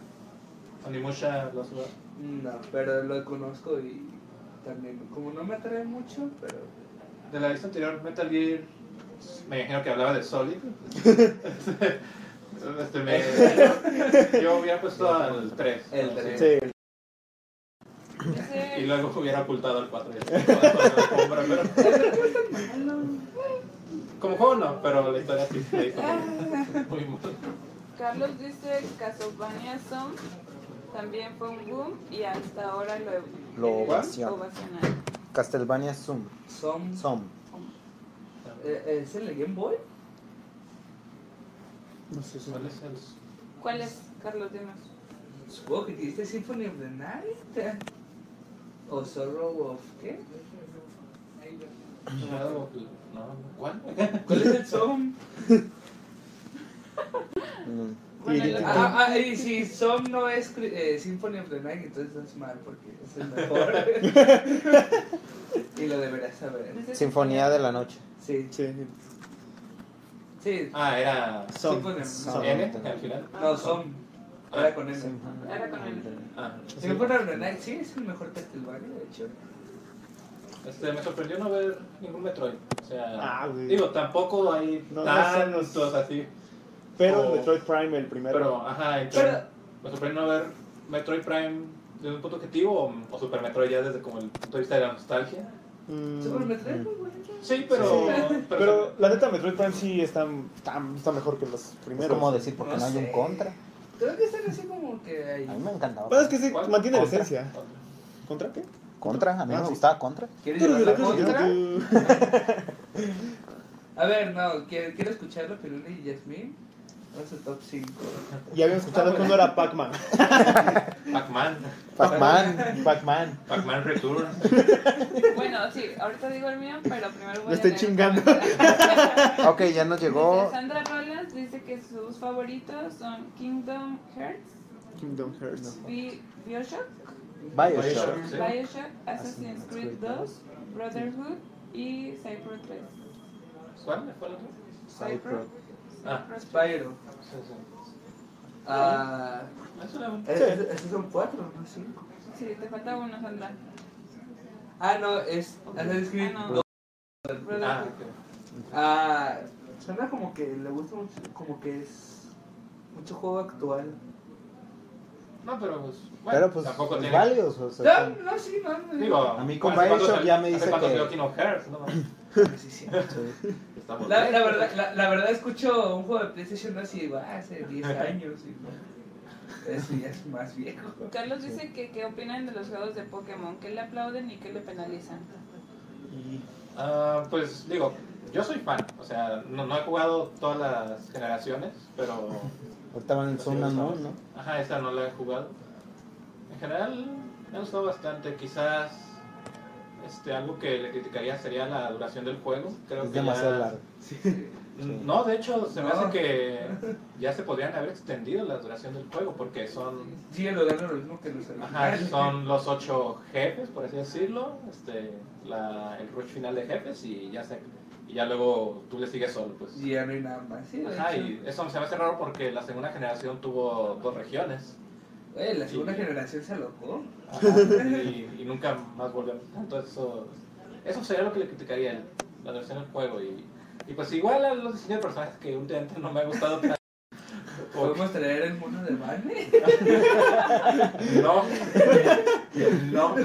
[SPEAKER 3] Onimusha, los
[SPEAKER 5] No, pero lo conozco y también, como no me atrae mucho, pero.
[SPEAKER 3] De la lista anterior, Metal Gear, me imagino que hablaba de Solid. Este, me- yo hubiera puesto al 3.
[SPEAKER 5] El tres.
[SPEAKER 4] Sí,
[SPEAKER 3] Y
[SPEAKER 1] Dice,
[SPEAKER 3] luego hubiera ocultado al 4. pero, como juego no, pero la historia sí se hizo muy, muy mal.
[SPEAKER 1] Carlos dice Castlevania Son también fue un boom y hasta ahora lo,
[SPEAKER 2] Lo
[SPEAKER 1] eh,
[SPEAKER 2] ovaciona.
[SPEAKER 1] ovacionan.
[SPEAKER 2] Castlevania Zoom.
[SPEAKER 5] Son.
[SPEAKER 2] Zoom.
[SPEAKER 5] eh, ¿Es el de Game Boy?
[SPEAKER 4] no sé si.
[SPEAKER 3] ¿Cuál es el-
[SPEAKER 1] ¿Cuál es, Carlos? Dinos.
[SPEAKER 5] Supongo que este dijiste Symphony of the Night. O Sorrow of. ¿Qué?
[SPEAKER 3] No, ¿Cuál?
[SPEAKER 5] ¿Cuál es el Som?
[SPEAKER 2] Mm.
[SPEAKER 1] Bueno,
[SPEAKER 4] Sí,
[SPEAKER 1] lo-
[SPEAKER 5] Ah, ah, ah, y si Som no es cri- eh, Symphony of the Night, entonces es mal porque es el mejor. y lo deberás saber.
[SPEAKER 1] dice-
[SPEAKER 2] Sinfonía de la Noche.
[SPEAKER 5] Sí,
[SPEAKER 4] Sí.
[SPEAKER 5] sí.
[SPEAKER 3] Ah, era.
[SPEAKER 4] Son.
[SPEAKER 5] Symphony of-
[SPEAKER 2] Son.
[SPEAKER 3] ¿N al final?
[SPEAKER 5] No, Som. Ahora con él.
[SPEAKER 1] Ahora con el-
[SPEAKER 3] Ah,
[SPEAKER 5] Symphony of the Night, sí, es el mejor Castlevania, de hecho.
[SPEAKER 3] Este, me sorprendió no ver ningún Metroid. O sea,
[SPEAKER 4] Ah, güey.
[SPEAKER 3] digo, tampoco hay
[SPEAKER 4] No, no son
[SPEAKER 3] tantos
[SPEAKER 4] los-
[SPEAKER 3] así.
[SPEAKER 4] Pero
[SPEAKER 3] Oh.
[SPEAKER 4] Metroid Prime, el primero.
[SPEAKER 3] Pero, ajá, entonces,
[SPEAKER 5] Pero,
[SPEAKER 3] me sorprende no ver Metroid Prime desde un punto objetivo o, o Super Metroid ya desde como el punto de vista de la nostalgia.
[SPEAKER 4] Mm,
[SPEAKER 5] Super Metroid, muy bueno.
[SPEAKER 3] Sí, pero.
[SPEAKER 4] Pero la neta, Metroid Prime sí está, está, está mejor que los
[SPEAKER 2] Es
[SPEAKER 4] primeros.
[SPEAKER 2] como decir, porque no,
[SPEAKER 5] No
[SPEAKER 2] hay un
[SPEAKER 5] sé.
[SPEAKER 2] contra.
[SPEAKER 5] Creo que están así como que ahí.
[SPEAKER 2] A mí me encantaba.
[SPEAKER 4] Pero es que sí,
[SPEAKER 3] ¿Cuál?
[SPEAKER 4] mantiene la
[SPEAKER 2] Contra.
[SPEAKER 4] esencia. ¿Contra qué?
[SPEAKER 2] Contra, a mí
[SPEAKER 4] Ah,
[SPEAKER 2] me
[SPEAKER 4] sí.
[SPEAKER 2] gustaba Contra.
[SPEAKER 5] ¿Quieres llevar la contra?
[SPEAKER 4] Pero
[SPEAKER 5] A ver, no, quiero, quiero escuchar la opinión de Yasmin. Vamos a top 5.
[SPEAKER 4] Ya habíamos escuchado cuando era Pac-Man.
[SPEAKER 3] Pac-Man.
[SPEAKER 2] Pac-Man.
[SPEAKER 4] Pac-Man.
[SPEAKER 3] Pac-Man Return.
[SPEAKER 1] Bueno, sí, ahorita digo el mío, pero primero voy
[SPEAKER 4] Me
[SPEAKER 1] a
[SPEAKER 4] estoy
[SPEAKER 1] leer
[SPEAKER 4] chingando.
[SPEAKER 1] comentarios.
[SPEAKER 2] ok, ya nos llegó.
[SPEAKER 1] Dice Sandra Rollins dice que sus favoritos son Kingdom Hearts,
[SPEAKER 4] Kingdom Hearts.
[SPEAKER 1] Bi- Bioshock,
[SPEAKER 2] Bioshock.
[SPEAKER 3] Sí.
[SPEAKER 1] Bioshock, Assassin's Creed 2, Brotherhood y Cypher 3.
[SPEAKER 3] ¿Cuál? ¿Cuál otro?
[SPEAKER 1] Cypher.
[SPEAKER 3] Ah.
[SPEAKER 5] Spyro.
[SPEAKER 3] Sí, sí.
[SPEAKER 5] Ah,
[SPEAKER 3] Eso era un-
[SPEAKER 5] es- es- esos son 4, no 5.
[SPEAKER 1] Sí, te falta uno, Sandra.
[SPEAKER 5] Ah, no, es Assassin's Creed
[SPEAKER 1] Ah, no.
[SPEAKER 5] 2.
[SPEAKER 3] Ah,
[SPEAKER 1] Brotherhood.
[SPEAKER 3] ok.
[SPEAKER 5] Ah, suena como que le gusta mucho, como que es mucho juego actual.
[SPEAKER 3] No, pero pues. Bueno,
[SPEAKER 2] Pero pues,
[SPEAKER 3] tampoco
[SPEAKER 2] pues,
[SPEAKER 3] tiene.
[SPEAKER 2] válidos. o sea,
[SPEAKER 5] No, no, sí, no, no.
[SPEAKER 3] Digo,
[SPEAKER 2] A mí con
[SPEAKER 3] ¿hace cuánto
[SPEAKER 2] Bioshock
[SPEAKER 3] sal-
[SPEAKER 2] ya me dice
[SPEAKER 3] ¿Hace cuánto
[SPEAKER 2] que-
[SPEAKER 3] salió Kingdom Hearts? No, mames.
[SPEAKER 5] sí, sí.
[SPEAKER 2] sí.
[SPEAKER 3] Estamos
[SPEAKER 5] La, la, verdad, la, la verdad escucho un juego de PlayStation 2 y digo, ah, hace 10 años. Y, no, eso ya es más viejo.
[SPEAKER 1] Carlos dice que qué opinan de los juegos de Pokémon, qué le aplauden y qué le penalizan.
[SPEAKER 3] Ah, pues digo, yo soy fan. O sea, no, no he jugado todas las generaciones, pero.
[SPEAKER 2] Ahorita van en Sun and Moon, ¿no?
[SPEAKER 3] Ajá, esa no la he jugado. En general, me ha gustado bastante. Quizás este, algo que le criticaría sería la duración del juego. Creo
[SPEAKER 2] Es
[SPEAKER 3] que ya-
[SPEAKER 2] demasiado largo.
[SPEAKER 3] No, de hecho, se me
[SPEAKER 5] No.
[SPEAKER 3] hace que ya se podrían haber extendido la duración del juego porque son,
[SPEAKER 5] Sigue logrando lo mismo que los
[SPEAKER 3] ajá,
[SPEAKER 5] originales.
[SPEAKER 3] son los ocho jefes, por así decirlo, este, la- el rush final de jefes y ya se, y ya luego tú le sigues solo, pues.
[SPEAKER 5] Y ya no hay nada más. Sí, de
[SPEAKER 3] Ajá,
[SPEAKER 5] hecho.
[SPEAKER 3] y eso se me hace raro porque la segunda generación tuvo dos regiones.
[SPEAKER 5] Güey, la segunda
[SPEAKER 3] Y-
[SPEAKER 5] generación se alocó.
[SPEAKER 3] Ajá, y, y nunca más volvió. Entonces eso, eso sería lo que le criticaría el- la versión del juego. Y, y pues igual a los diseños de personajes que últimamente no me ha gustado tanto. Porque-
[SPEAKER 5] ¿Podemos traer el mono de Barney?
[SPEAKER 3] no, no.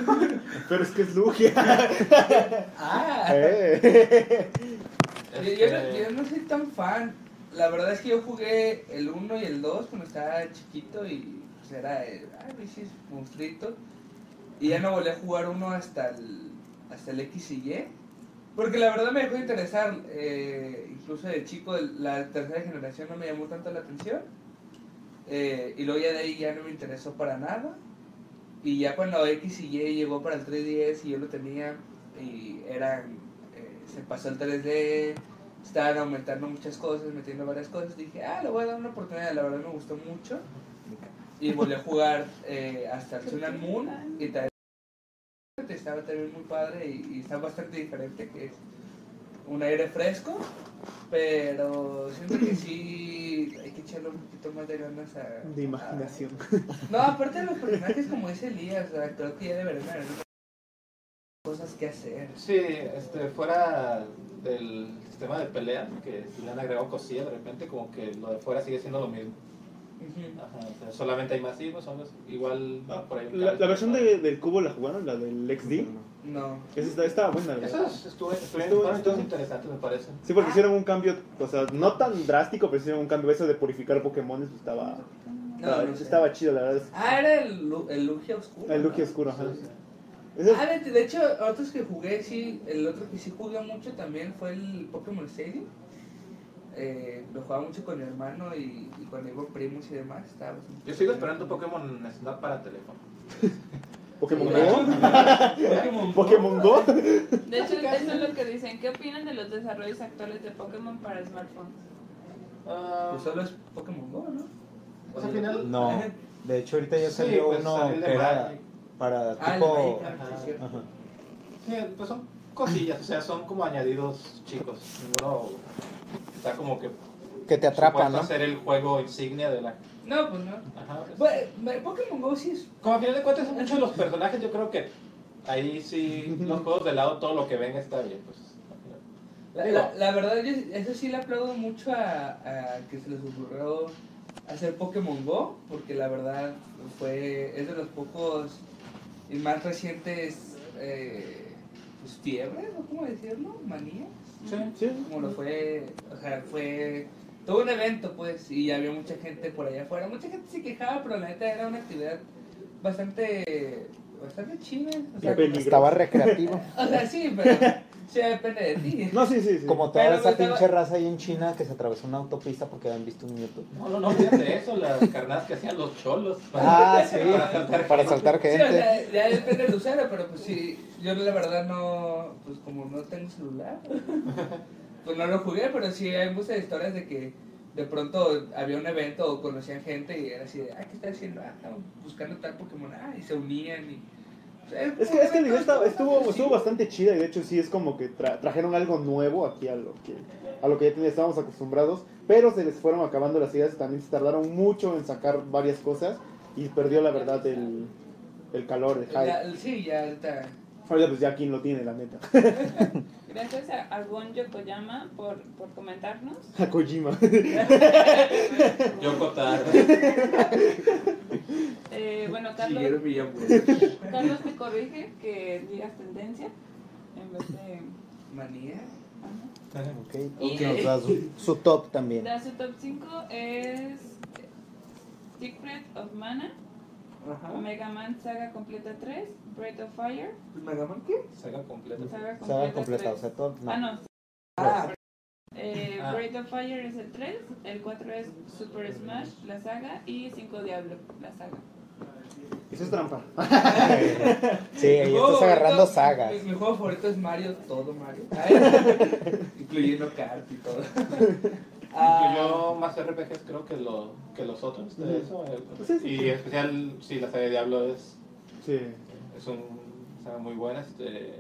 [SPEAKER 4] Pero es que es Lugia.
[SPEAKER 5] Ah,
[SPEAKER 4] Eh.
[SPEAKER 5] yo,
[SPEAKER 3] Eh, Este,
[SPEAKER 5] yo no, yo no soy tan fan. La verdad es que yo jugué el 1 y el 2 cuando estaba chiquito y pues era el. Ah, bichis, monstruito. Y ya no volví a jugar uno hasta el, hasta el X y Y. Porque la verdad me dejó de interesar, eh, incluso de chico, el- la tercera generación no me llamó tanto la atención. Eh, y luego ya de ahí ya no me interesó para nada. Y ya cuando X y Y llegó para el 3DS y yo lo tenía, y eran, eh, se pasó el 3D, estaban aumentando muchas cosas, metiendo varias cosas, dije, ah, le voy a dar una oportunidad, la verdad me gustó mucho. Y volví a jugar eh, hasta el Sun and Moon, y tal. Estaba también muy padre y, y está bastante diferente, que es un aire fresco, pero siento que sí hay que echarle un poquito más de ganas a...
[SPEAKER 4] De imaginación.
[SPEAKER 5] No, aparte de los personajes como ese Elías, o sea, creo que ya deberían haber cosas que hacer.
[SPEAKER 3] Sí, este, fuera del sistema de pelea, que si le han agregado cosillas de repente, como que lo de fuera sigue siendo lo mismo. Ajá, o sea, solamente hay más hijos, son los- igual va Ah, por ahí. un
[SPEAKER 4] La,
[SPEAKER 3] cambio.
[SPEAKER 4] la versión de, del cubo la jugaron, la del XD.
[SPEAKER 5] No.
[SPEAKER 4] Esa está- estaba buena, la verdad.
[SPEAKER 3] Esas estuvo, estuvieron-
[SPEAKER 4] Estuvo-
[SPEAKER 3] fueron
[SPEAKER 4] estuvo-
[SPEAKER 3] todas interesantes, me parece.
[SPEAKER 4] Sí, porque hicieron un cambio, o sea, no tan drástico, pero hicieron un cambio. Eso de purificar Pokémon eso estaba,
[SPEAKER 5] No,
[SPEAKER 4] estaba,
[SPEAKER 5] no sé.
[SPEAKER 4] estaba chido, la verdad.
[SPEAKER 5] Ah, era el, Lu- el Lugia Oscuro.
[SPEAKER 4] El
[SPEAKER 5] ¿no?
[SPEAKER 4] Lugia oscuro, ajá. Ese-
[SPEAKER 5] Ah, de, de hecho, otros que jugué, sí, el otro que sí jugué mucho también fue el Pokémon Stadium. Eh, lo jugaba mucho con mi hermano y, y cuando iba con primos y demás. Estaba bastante-
[SPEAKER 3] Yo sigo esperando Pokémon Snap para teléfono.
[SPEAKER 4] Pokémon
[SPEAKER 5] Pokémon.
[SPEAKER 4] Go.
[SPEAKER 5] Pokémon.
[SPEAKER 4] Pokémon Go.
[SPEAKER 1] De hecho, eso es lo que dicen. ¿Qué opinan de los desarrollos actuales de Pokémon para smartphones?
[SPEAKER 3] Ah,
[SPEAKER 5] Pues solo es Pokémon Go, ¿no?
[SPEAKER 3] pues, al final.
[SPEAKER 2] No. De hecho, ahorita ya
[SPEAKER 3] Sí,
[SPEAKER 2] salió
[SPEAKER 3] pues,
[SPEAKER 2] uno
[SPEAKER 3] salió el de
[SPEAKER 2] que era
[SPEAKER 3] Magic.
[SPEAKER 2] para
[SPEAKER 5] Ah, el
[SPEAKER 2] tipo.
[SPEAKER 5] Magic, ah, sí, es cierto.
[SPEAKER 2] Ajá.
[SPEAKER 3] Sí, pues son cosillas, o sea, son como añadidos chicos. Ninguno está como que.
[SPEAKER 2] Que te atrapa,
[SPEAKER 3] supuesto
[SPEAKER 2] ¿no?
[SPEAKER 3] a ser el juego insignia de la.
[SPEAKER 5] No, pues no.
[SPEAKER 3] Ajá.
[SPEAKER 5] Bueno, Pokémon Go sí es
[SPEAKER 3] Como a final de cuentas, muchos de los personajes, yo creo que ahí sí, los juegos de lado, todo lo que venga está bien. Pues, al final.
[SPEAKER 5] La,
[SPEAKER 3] Digo,
[SPEAKER 5] la- la verdad, yo eso sí le aplaudo mucho a, a que se les ocurrió hacer Pokémon Go, porque la verdad fue es de los pocos y más recientes eh, pues, fiebres, ¿no? ¿Cómo decirlo? Manías.
[SPEAKER 3] Sí,
[SPEAKER 1] Mm,
[SPEAKER 4] Sí.
[SPEAKER 5] Como lo fue, o sea, fue todo un evento, pues, y había mucha gente por allá afuera. Mucha gente se quejaba, pero la neta era una actividad bastante, bastante chida. O sea,
[SPEAKER 4] Depende.
[SPEAKER 2] Estaba recreativo.
[SPEAKER 5] o sea, sí, pero sí, depende de ti.
[SPEAKER 4] No, sí, sí. sí.
[SPEAKER 2] Como toda
[SPEAKER 5] Pero
[SPEAKER 2] esa
[SPEAKER 5] me estaba-
[SPEAKER 2] pinche raza ahí en China que se atravesó una autopista porque habían visto un YouTube.
[SPEAKER 3] No, no, no, fíjate eso, las carnadas que hacían los cholos.
[SPEAKER 2] Ah, sí,
[SPEAKER 3] saltar
[SPEAKER 2] para saltar
[SPEAKER 5] Sí, o
[SPEAKER 2] gente.
[SPEAKER 5] sea, ya depende del usuario, pero pues sí, yo la verdad no, pues como no tengo celular, pues no lo jugué, pero sí hay muchas historias de que de pronto había un evento o conocían gente y era así de, ah, ¿qué está haciendo? Ah, estamos buscando tal Pokémon, ah, y se unían y... o sea,
[SPEAKER 4] Es que, es que la idea estaba- estuvo, estuvo bastante chida y de hecho sí es como que tra- trajeron algo nuevo aquí a lo que a lo que ya tenía- estábamos acostumbrados, pero se les fueron acabando las ideas, también se tardaron mucho en sacar varias cosas y perdió la verdad el, el calor, el hype.
[SPEAKER 5] Ya- sí, ya ahorita...
[SPEAKER 4] Ahorita pues ya quién lo tiene, la neta.
[SPEAKER 1] Gracias a, a Gon Yokoyama por, por comentarnos.
[SPEAKER 4] A Kojima.
[SPEAKER 3] Yo cotar.
[SPEAKER 1] Eh, bueno,
[SPEAKER 5] Shigeru
[SPEAKER 1] Carlos,
[SPEAKER 5] Miyamoto.
[SPEAKER 1] Carlos me corrige que digas tendencia en vez de...
[SPEAKER 5] Manía.
[SPEAKER 1] ajá.
[SPEAKER 2] Ok, que nos da su, su top también.
[SPEAKER 1] Da su top 5 es Secret of Mana,
[SPEAKER 5] Ajá.
[SPEAKER 1] Mega Man Saga Completa 3, Breath of Fire,
[SPEAKER 5] ¿Mega Man ¿Pues qué?
[SPEAKER 3] Saga completa.
[SPEAKER 1] Saga
[SPEAKER 2] Se va
[SPEAKER 1] Completa,
[SPEAKER 2] completado, o
[SPEAKER 1] 3.
[SPEAKER 2] sea, todo.
[SPEAKER 1] Ah,
[SPEAKER 2] No.
[SPEAKER 1] no.
[SPEAKER 5] Ah,
[SPEAKER 1] Eh,
[SPEAKER 3] Ah.
[SPEAKER 1] Breath of Fire es el 3, el 4 es Super Smash, la saga, y 5 Diablo, la saga.
[SPEAKER 4] Eso es trampa.
[SPEAKER 2] Sí, ahí
[SPEAKER 5] Oh,
[SPEAKER 2] estás agarrando sagas.
[SPEAKER 5] Mi, mi juego favorito es Mario, todo Mario. incluyendo Kart y todo. Ah,
[SPEAKER 3] Incluyó más RPGs creo que, lo, que los otros de eso. eh,
[SPEAKER 4] Pues Sí, sí.
[SPEAKER 3] Y en especial, sí, la saga de Diablo es,
[SPEAKER 4] Sí.
[SPEAKER 3] es un, saga muy buena. Este,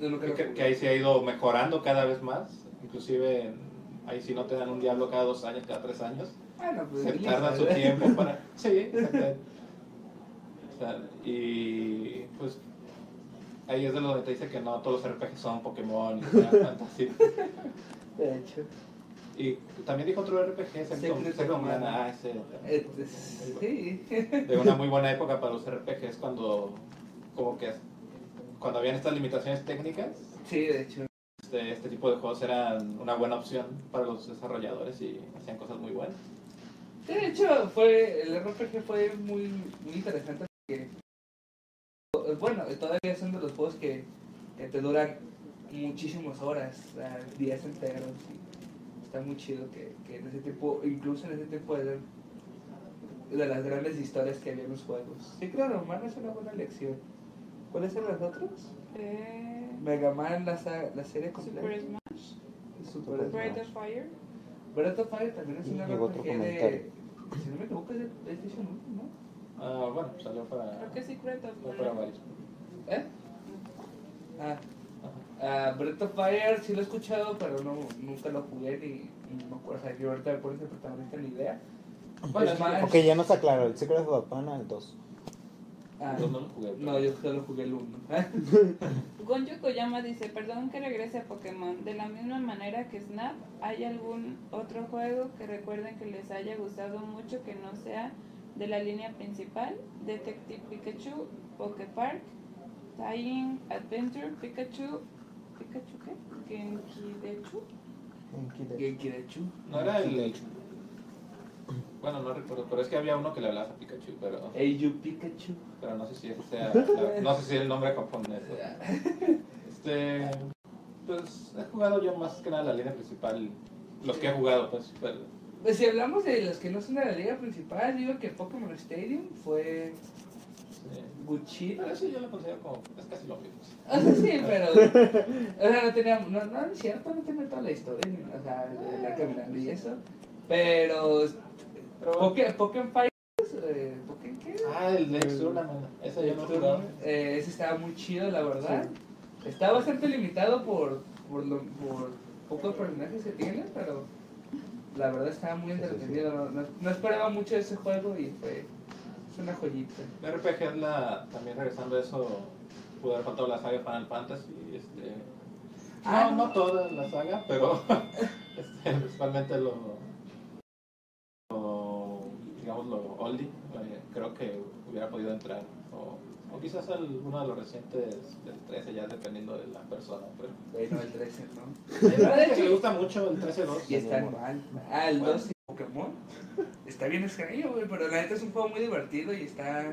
[SPEAKER 5] Yo nunca lo
[SPEAKER 3] que,
[SPEAKER 5] jugué.
[SPEAKER 3] que ahí se ha ido mejorando cada vez más. Inclusive en- ahí sí no te dan un Diablo cada dos años, cada tres años.
[SPEAKER 5] Ah, no, pues,
[SPEAKER 3] se
[SPEAKER 5] niños,
[SPEAKER 3] tarda su
[SPEAKER 5] ¿verdad?
[SPEAKER 3] tiempo para. Sí, exactamente. O sea, y pues ahí es de donde te dice que no todos los RPG son Pokémon y Final Fantasy.
[SPEAKER 5] De hecho.
[SPEAKER 3] Y también dijo otro RPG,
[SPEAKER 5] Secret
[SPEAKER 3] Secret
[SPEAKER 5] of Mana.
[SPEAKER 3] Mana, ah, ese,
[SPEAKER 5] Este, sí.
[SPEAKER 3] de una muy buena época para los RPGs cuando como que cuando habían estas limitaciones técnicas,
[SPEAKER 5] Sí, de hecho.
[SPEAKER 3] este, este tipo de juegos eran una buena opción para los desarrolladores y hacían cosas muy buenas.
[SPEAKER 5] Sí, de hecho, fue, el RPG fue muy, muy interesante porque, eh, bueno, todavía son de los juegos que, que te duran muchísimas horas, o sea, días enteros. y está muy chido que, que en ese tiempo, incluso en ese tiempo eran de las grandes historias que había en los juegos. Sí, claro, Mario es una buena lección. ¿Cuáles son las otras?
[SPEAKER 1] Eh,
[SPEAKER 5] Mega Man, la, sa- la serie
[SPEAKER 1] Super
[SPEAKER 5] completa.
[SPEAKER 1] Smash,
[SPEAKER 5] Super,
[SPEAKER 1] Breath of Fire,
[SPEAKER 5] Breath of Fire también es
[SPEAKER 2] Y
[SPEAKER 5] una
[SPEAKER 2] hubo otro
[SPEAKER 5] RPG de...
[SPEAKER 2] comentario.
[SPEAKER 5] Si no me equivoco es de PlayStation 1, ¿no?
[SPEAKER 3] Ah, bueno, salió para,
[SPEAKER 1] creo que Secret of
[SPEAKER 3] para
[SPEAKER 1] Mana.
[SPEAKER 3] varios.
[SPEAKER 5] ¿Eh? Ah, ah, Breath of Fire sí lo he escuchado, pero no, nunca lo jugué ni, ni me acuerdo. O sea, yo ahorita me pones el protagonista ni idea.
[SPEAKER 3] Bueno,
[SPEAKER 5] Es
[SPEAKER 3] sí,
[SPEAKER 5] más-
[SPEAKER 2] Ok, ya nos aclaró. El Secret of Pana, el 2.
[SPEAKER 5] Ah,
[SPEAKER 3] Yo no lo jugué. pero-
[SPEAKER 5] no, yo solo jugué el 1.
[SPEAKER 1] Gonjo Koyama dice, perdón que regrese a Pokémon. De la misma manera que Snap, ¿hay algún otro juego que recuerden que les haya gustado mucho que no sea de la línea principal? Detective Pikachu, Poké Park, Tying Adventure, Pikachu, ¿Pikachu qué? Genkidechu.
[SPEAKER 5] Genki de Chu.
[SPEAKER 3] No era el. Bueno, no recuerdo, pero es que había uno que le hablaba a Pikachu, pero,
[SPEAKER 5] Hey, you Pikachu.
[SPEAKER 3] pero no sé si ese sea. la- no sé si el nombre japonés. Este. Pues he jugado yo más que nada la línea principal. Los que he jugado, pues. pero-
[SPEAKER 5] Pues si hablamos de los que no son de la liga principal, digo que Pokémon Stadium fue
[SPEAKER 3] sí.
[SPEAKER 5] Gucci.
[SPEAKER 3] Pero eso yo lo considero como. Es casi lo mismo.
[SPEAKER 5] O sea, sí, pero. O sea, no tenía. No, no es cierto, no tenía toda la historia, ni- o sea, de andar caminando y eso. Pero.
[SPEAKER 3] Pero bueno.
[SPEAKER 5] Poké- Pokémon Fighters, eh, ¿Pokémon qué?
[SPEAKER 3] Ah, el de Exurna, Ese yo Ah, no he jugado.
[SPEAKER 5] Eh, ese estaba muy chido, la verdad. Está bastante limitado por, por, lo- por pocos personajes que tiene, pero la verdad estaba muy entretenido. No, no- no esperaba mucho de ese juego y fue, es una joyita.
[SPEAKER 3] El RPG es la. También regresando a eso, pudo haber faltado la saga Final Fantasy. Este,
[SPEAKER 5] Ah,
[SPEAKER 3] no, no toda la saga, pero este, principalmente lo, lo. digamos lo oldie. eh, creo que hubiera podido entrar. O, O quizás alguno de los recientes del 13, ya dependiendo de la persona. Pero...
[SPEAKER 5] Bueno, el 13, ¿no?
[SPEAKER 3] Hay gente que le gusta mucho el 13-2.
[SPEAKER 5] Y está mal. Ah, el 12 Pokémon. Está bien extraño, güey, pero la neta es un juego muy divertido y está.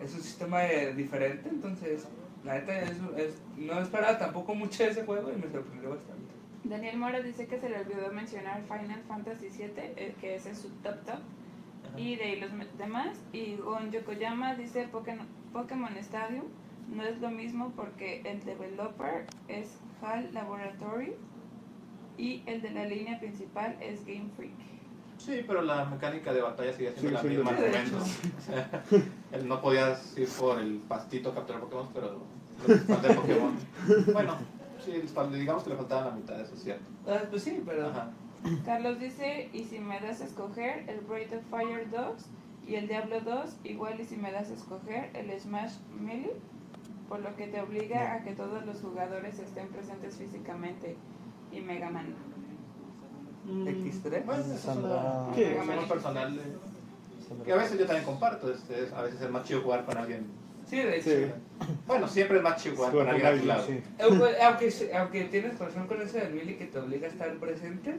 [SPEAKER 5] Es un sistema eh, diferente, entonces. La neta es, es- no esperaba tampoco mucho de ese juego y me sorprendió bastante.
[SPEAKER 1] Daniel Mora dice que se le olvidó mencionar Final Fantasy VII, eh, que ese es su top top, y de ahí los me- demás. Y Gon Yokoyama dice Pokémon, Pokémon Stadium no es lo mismo porque el developer es HAL Laboratory y el de la línea principal es Game Freak.
[SPEAKER 3] Sí, pero la mecánica de batalla sigue siendo
[SPEAKER 4] Sí,
[SPEAKER 3] la
[SPEAKER 4] sí,
[SPEAKER 3] misma al
[SPEAKER 4] de
[SPEAKER 3] momento. O sea, él no podías ir por el pastito a capturar Pokémon, pero le falta el Pokémon. Bueno, sí, le fal- digamos que le faltaba la mitad, eso es cierto.
[SPEAKER 5] Ah, pues sí, pero.
[SPEAKER 3] Ajá.
[SPEAKER 1] Carlos dice, y si me das a escoger el Breath of Fire 2 y el Diablo 2, igual y si me das a escoger el Smash Melee, por lo que te obliga a que todos los jugadores estén presentes físicamente. Y Mega Man.
[SPEAKER 5] X3.
[SPEAKER 3] Bueno, eso es
[SPEAKER 2] Sandra.
[SPEAKER 3] una
[SPEAKER 1] Sí.
[SPEAKER 3] opinión personal de- que a veces yo también comparto. este, es- a veces es más chido jugar con alguien.
[SPEAKER 5] Sí, de hecho.
[SPEAKER 4] Sí.
[SPEAKER 3] Bueno, siempre es más chido jugar
[SPEAKER 4] Con
[SPEAKER 3] con alguien a tu
[SPEAKER 4] alguien,
[SPEAKER 3] lado.
[SPEAKER 2] Sí.
[SPEAKER 5] Aunque, Eh, aunque, se- aunque tienes razón con eso del Mili que te obliga a estar presente,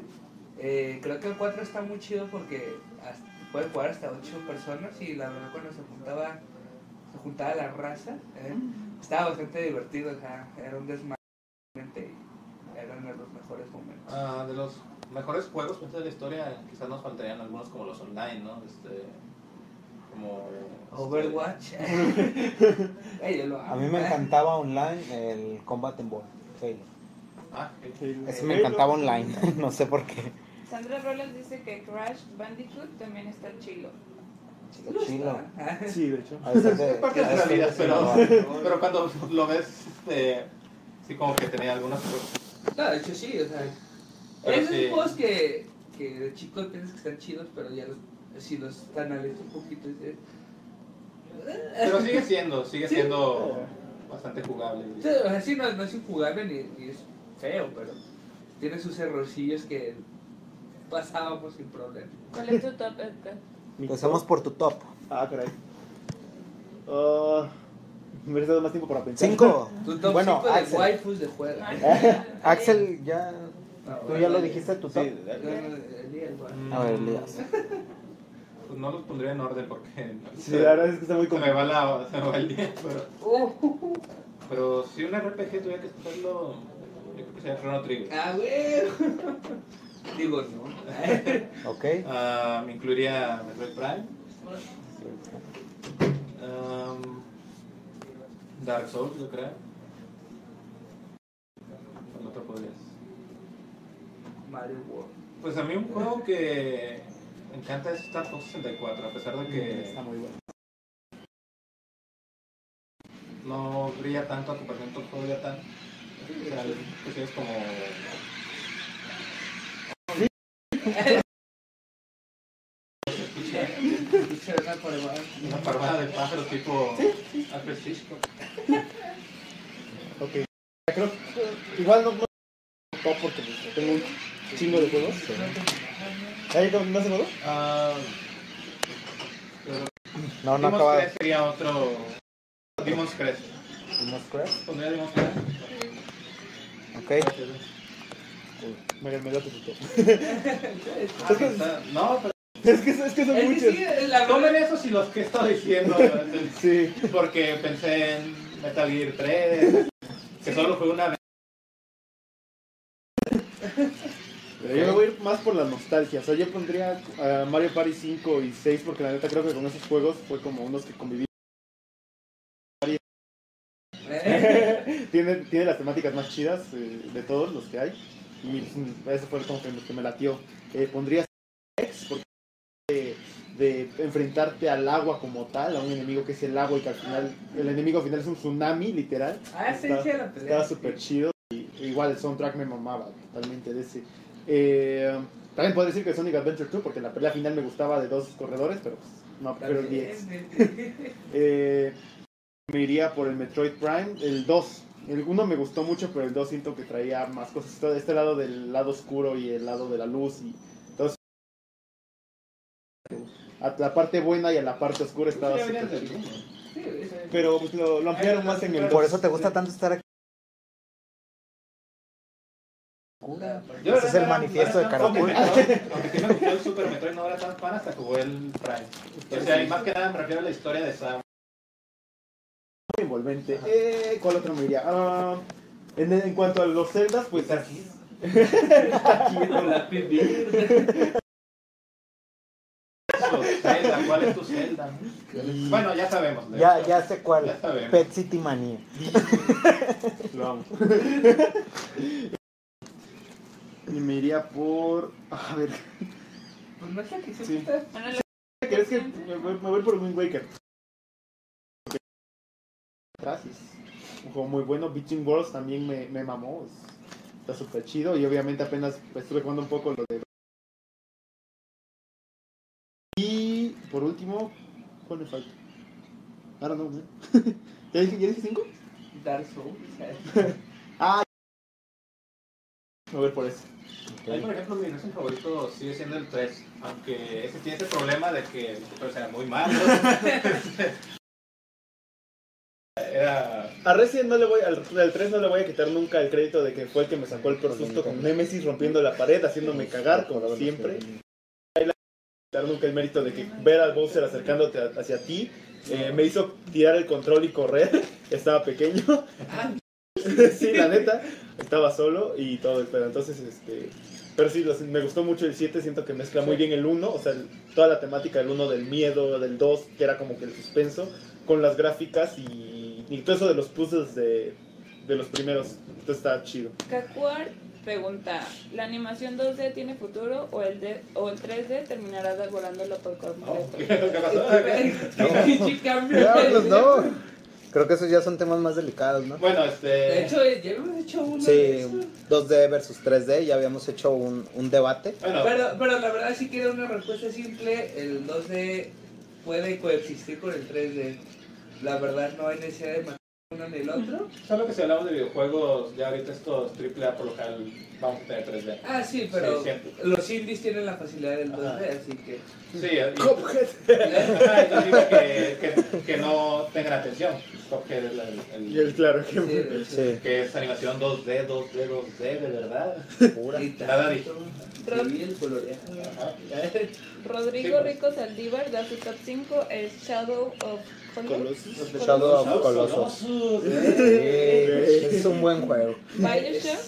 [SPEAKER 5] eh, creo que el 4 está muy chido porque hasta- puedes jugar hasta 8 personas y la verdad cuando se juntaba, se juntaba la raza, eh, estaba bastante divertido, o sea, era un desmadre, realmente, y eran de los mejores momentos.
[SPEAKER 3] Ah, de los mejores juegos pues, de la historia, quizás nos faltarían algunos como los online, ¿no? Este, como este,
[SPEAKER 5] Overwatch. Ey, yo lo amo.
[SPEAKER 2] A mí me
[SPEAKER 5] eh.
[SPEAKER 2] encantaba online el Combat en Ball. Halo.
[SPEAKER 3] Ah, ok.
[SPEAKER 2] Ese me encantaba online, no sé por qué.
[SPEAKER 1] Sandra Rolas dice que Crash Bandicoot también está chilo.
[SPEAKER 5] Lo
[SPEAKER 2] Chilo.
[SPEAKER 5] está.
[SPEAKER 4] Sí, de hecho.
[SPEAKER 2] A veces de-
[SPEAKER 3] Es parte de
[SPEAKER 2] a
[SPEAKER 3] la
[SPEAKER 2] veces
[SPEAKER 3] realidad,
[SPEAKER 2] de-
[SPEAKER 3] pero, pero cuando lo ves, este, sí como que tenía algunas...
[SPEAKER 5] No, de hecho sí, o sea.
[SPEAKER 3] Pero
[SPEAKER 5] esos
[SPEAKER 3] sí.
[SPEAKER 5] juegos que, que de chico piensas que están chidos, pero ya los, si los analizas un poquito, dices. "Eh".
[SPEAKER 3] Pero sigue siendo, sigue
[SPEAKER 5] Sí.
[SPEAKER 3] siendo bastante jugable.
[SPEAKER 5] O sea, sí, no, no es injugable ni, ni es feo, pero tiene sus errorcillos que pasábamos sin problema.
[SPEAKER 1] ¿Cuál es tu top? Edgar?
[SPEAKER 2] Empezamos por tu top.
[SPEAKER 4] Ah, caray. Ah, me hubiera dado más tiempo para pensar.
[SPEAKER 2] Cinco.
[SPEAKER 5] Tu top
[SPEAKER 2] Bueno,
[SPEAKER 5] 5 de
[SPEAKER 2] Axel.
[SPEAKER 5] waifus de juego.
[SPEAKER 2] Axel, ya. Tú ya lo dijiste tu top.
[SPEAKER 4] Sí,
[SPEAKER 5] No, no, el día igual.
[SPEAKER 3] Mm,
[SPEAKER 2] A ver, Elías.
[SPEAKER 3] Pues no los pondría en orden porque
[SPEAKER 4] sí, la verdad es que está muy
[SPEAKER 3] se me
[SPEAKER 4] complicado.
[SPEAKER 3] va, la, se me va el día. Pero,
[SPEAKER 5] Uh,
[SPEAKER 3] pero si un RPG tuviera que escogerlo, yo creo que sería Chrono Trigger.
[SPEAKER 5] ah, güey. Digo, no.
[SPEAKER 2] Ok.
[SPEAKER 3] Ah, me incluiría Metroid Prime. Um, Dark Souls, yo creo. ¿Cuál otro podrías?
[SPEAKER 5] Mario World.
[SPEAKER 3] Pues a mí un juego que me encanta es Star Fox 64, a pesar de que
[SPEAKER 4] Está muy bueno.
[SPEAKER 3] no brilla tanto a comparación con otros juegos ya tan. o sea, pues es como.
[SPEAKER 5] Será por igual.
[SPEAKER 3] Una parvada de pájaros tipo Alfred Hitchcock.
[SPEAKER 4] Ok. Creo que igual no, no top porque pues, tengo un chingo de juegos. ¿Ahí no, no se mudó?
[SPEAKER 3] Ah, pero
[SPEAKER 2] No, no
[SPEAKER 3] Demon's
[SPEAKER 2] acaba.
[SPEAKER 3] Crest Ah, sería otro. Demon's Crest.
[SPEAKER 2] Demon's Crest.
[SPEAKER 3] Pondría Demon's Crest.
[SPEAKER 2] Ok.
[SPEAKER 4] Me, me da tu top.
[SPEAKER 3] Ah, está- No, pero
[SPEAKER 4] Es que, es que son
[SPEAKER 5] Es que
[SPEAKER 4] muchos.
[SPEAKER 5] sí, la
[SPEAKER 3] tomen
[SPEAKER 5] verdad.
[SPEAKER 3] esos y los que estoy diciendo.
[SPEAKER 4] Sí.
[SPEAKER 3] Porque pensé en Metal Gear 3, que solo fue una vez.
[SPEAKER 4] Pero yo me voy a ir más por la nostalgia. O sea, yo pondría a Mario Party 5 y 6 porque la neta creo que con esos juegos fue como unos que conviví.
[SPEAKER 5] Eh.
[SPEAKER 4] tiene, tiene las temáticas más chidas eh, de todos los que hay. Y mm, ese fue como que, lo que me latió. Eh, pondría X porque de, de enfrentarte al agua como tal, a un enemigo que es el agua y que al final, el enemigo final es un tsunami literal.
[SPEAKER 5] Ah, sí,
[SPEAKER 4] Está-
[SPEAKER 5] sí, la pelea.
[SPEAKER 4] Estaba súper chido. Y, e igual el soundtrack me mamaba totalmente de ese. Eh, también puedo decir que Sonic Adventure 2 porque la pelea final me gustaba de dos corredores, pero pues, no, pero el 10. Eh, me iría por el Metroid Prime, el 2. El 1 me gustó mucho, pero el 2 siento que traía más cosas. Está- Este lado del lado oscuro y el lado de la luz. Y entonces, a la parte buena y a la parte oscura estaba
[SPEAKER 3] Sí, deberías
[SPEAKER 4] súper
[SPEAKER 3] del
[SPEAKER 4] chido.
[SPEAKER 3] uno.
[SPEAKER 4] Pero pues, lo, lo ampliaron más en el
[SPEAKER 2] Por
[SPEAKER 4] 2.
[SPEAKER 2] eso te gusta tanto estar aquí.
[SPEAKER 3] Yo,
[SPEAKER 2] Ese es el
[SPEAKER 3] la verdad,
[SPEAKER 2] manifiesto de
[SPEAKER 3] no era tan
[SPEAKER 2] Caracol.
[SPEAKER 3] complicado, Aunque sí me gustó el Super Metroid, no era tan fan hasta que jugué el Prime. O sea, y más que nada me refiero a la historia de Sam.
[SPEAKER 4] envolvente. Eh, ¿Cuál otro me iría? Ah, en, en cuanto a los celdas, pues aquí.
[SPEAKER 5] La pipi.
[SPEAKER 3] Su Zelda, ¿cuál es tu Zelda? Bueno, ya sabemos. de
[SPEAKER 2] Ya,
[SPEAKER 3] hecho.
[SPEAKER 2] ya sé cuál.
[SPEAKER 3] Ya sabemos.
[SPEAKER 2] Pet City Manía.
[SPEAKER 4] Lo amo. y me iría por. A ver,
[SPEAKER 5] Pues no es la que
[SPEAKER 4] Sí.
[SPEAKER 5] hiciste.
[SPEAKER 1] Bueno,
[SPEAKER 4] ¿crees que me, voy- me voy por Wind Waker? Gracias. Un juego muy bueno. Beaching Worlds también me, me mamó. es- Está súper chido. Y obviamente apenas estuve jugando un poco lo de. Y por último, ¿cuál me falta? Ahora no, man. ¿Ya dije, ¿Ya dije cinco?
[SPEAKER 5] Dark Souls.
[SPEAKER 4] Me voy por eso.
[SPEAKER 3] A mí, por ejemplo, mi Resident favorito sigue siendo el 3, aunque ese tiene ese problema de que pero sea muy malo. Era...
[SPEAKER 4] A Resident no le voy, al, al 3 no le voy a quitar nunca el crédito de que fue el que me sacó el peor susto con Nemesis rompiendo la pared, haciéndome cagar, como siempre. No le voy a quitar nunca el mérito de que ver al Bowser acercándote a- hacia ti eh, me hizo tirar el control y correr. Estaba pequeño. sí, la neta. Estaba solo y todo, pero entonces, este... Pero sí, los- me gustó mucho el 7, siento que mezcla muy bien el 1, o sea, el- toda la temática del 1 del miedo, del 2, que era como que el suspenso con las gráficas y, y todo eso de los puzzles de, de los primeros. Entonces está chido.
[SPEAKER 1] Kakuar pregunta, ¿la animación 2D tiene futuro o el, de, o el 3D terminará devorándolo por
[SPEAKER 3] Oh,
[SPEAKER 1] completo?
[SPEAKER 3] ¿Qué
[SPEAKER 4] Ah,
[SPEAKER 3] qué pasó?
[SPEAKER 5] Este Pinche cambio.
[SPEAKER 4] pues,
[SPEAKER 2] Diablos, pues, no. Creo que esos ya son temas más delicados, ¿no?
[SPEAKER 3] Bueno,
[SPEAKER 5] De
[SPEAKER 3] este...
[SPEAKER 5] hecho, eh, ya hemos hecho uno. de
[SPEAKER 3] pues,
[SPEAKER 2] Sí,
[SPEAKER 5] eso.
[SPEAKER 2] 2D versus 3D, ya habíamos hecho un, un debate.
[SPEAKER 3] Bueno,
[SPEAKER 5] Pero, pero la verdad, si quiero una respuesta simple, el 2D puede coexistir con el 3D. La verdad, no hay necesidad de matar uno ni el otro.
[SPEAKER 3] solo que si hablamos de videojuegos, ya ahorita estos AAA por lo general vamos a tener 3D.
[SPEAKER 5] Ah, sí, pero
[SPEAKER 3] Sí, siempre.
[SPEAKER 5] los indies tienen la facilidad del 2D, así que.
[SPEAKER 3] Sí, y-
[SPEAKER 4] Cuphead.
[SPEAKER 3] Ajá, y yo digo que, que, que no tengan atención, porque el- el-
[SPEAKER 4] Y el claro ejemplo.
[SPEAKER 5] Sí,
[SPEAKER 2] Sí.
[SPEAKER 3] que es animación 2D, 2D, 2D, de verdad.
[SPEAKER 2] Pura.
[SPEAKER 5] y
[SPEAKER 3] Nada de-
[SPEAKER 5] tanto. Sí, el coloreado.
[SPEAKER 3] Ajá.
[SPEAKER 1] Rodrigo
[SPEAKER 3] Sí, pues.
[SPEAKER 1] Rico Saldívar da su top 5 es Shadow of
[SPEAKER 4] Colossus.
[SPEAKER 1] Colossus.
[SPEAKER 2] Shadow of Colossus. Sí, es un buen juego.
[SPEAKER 1] Bioshock,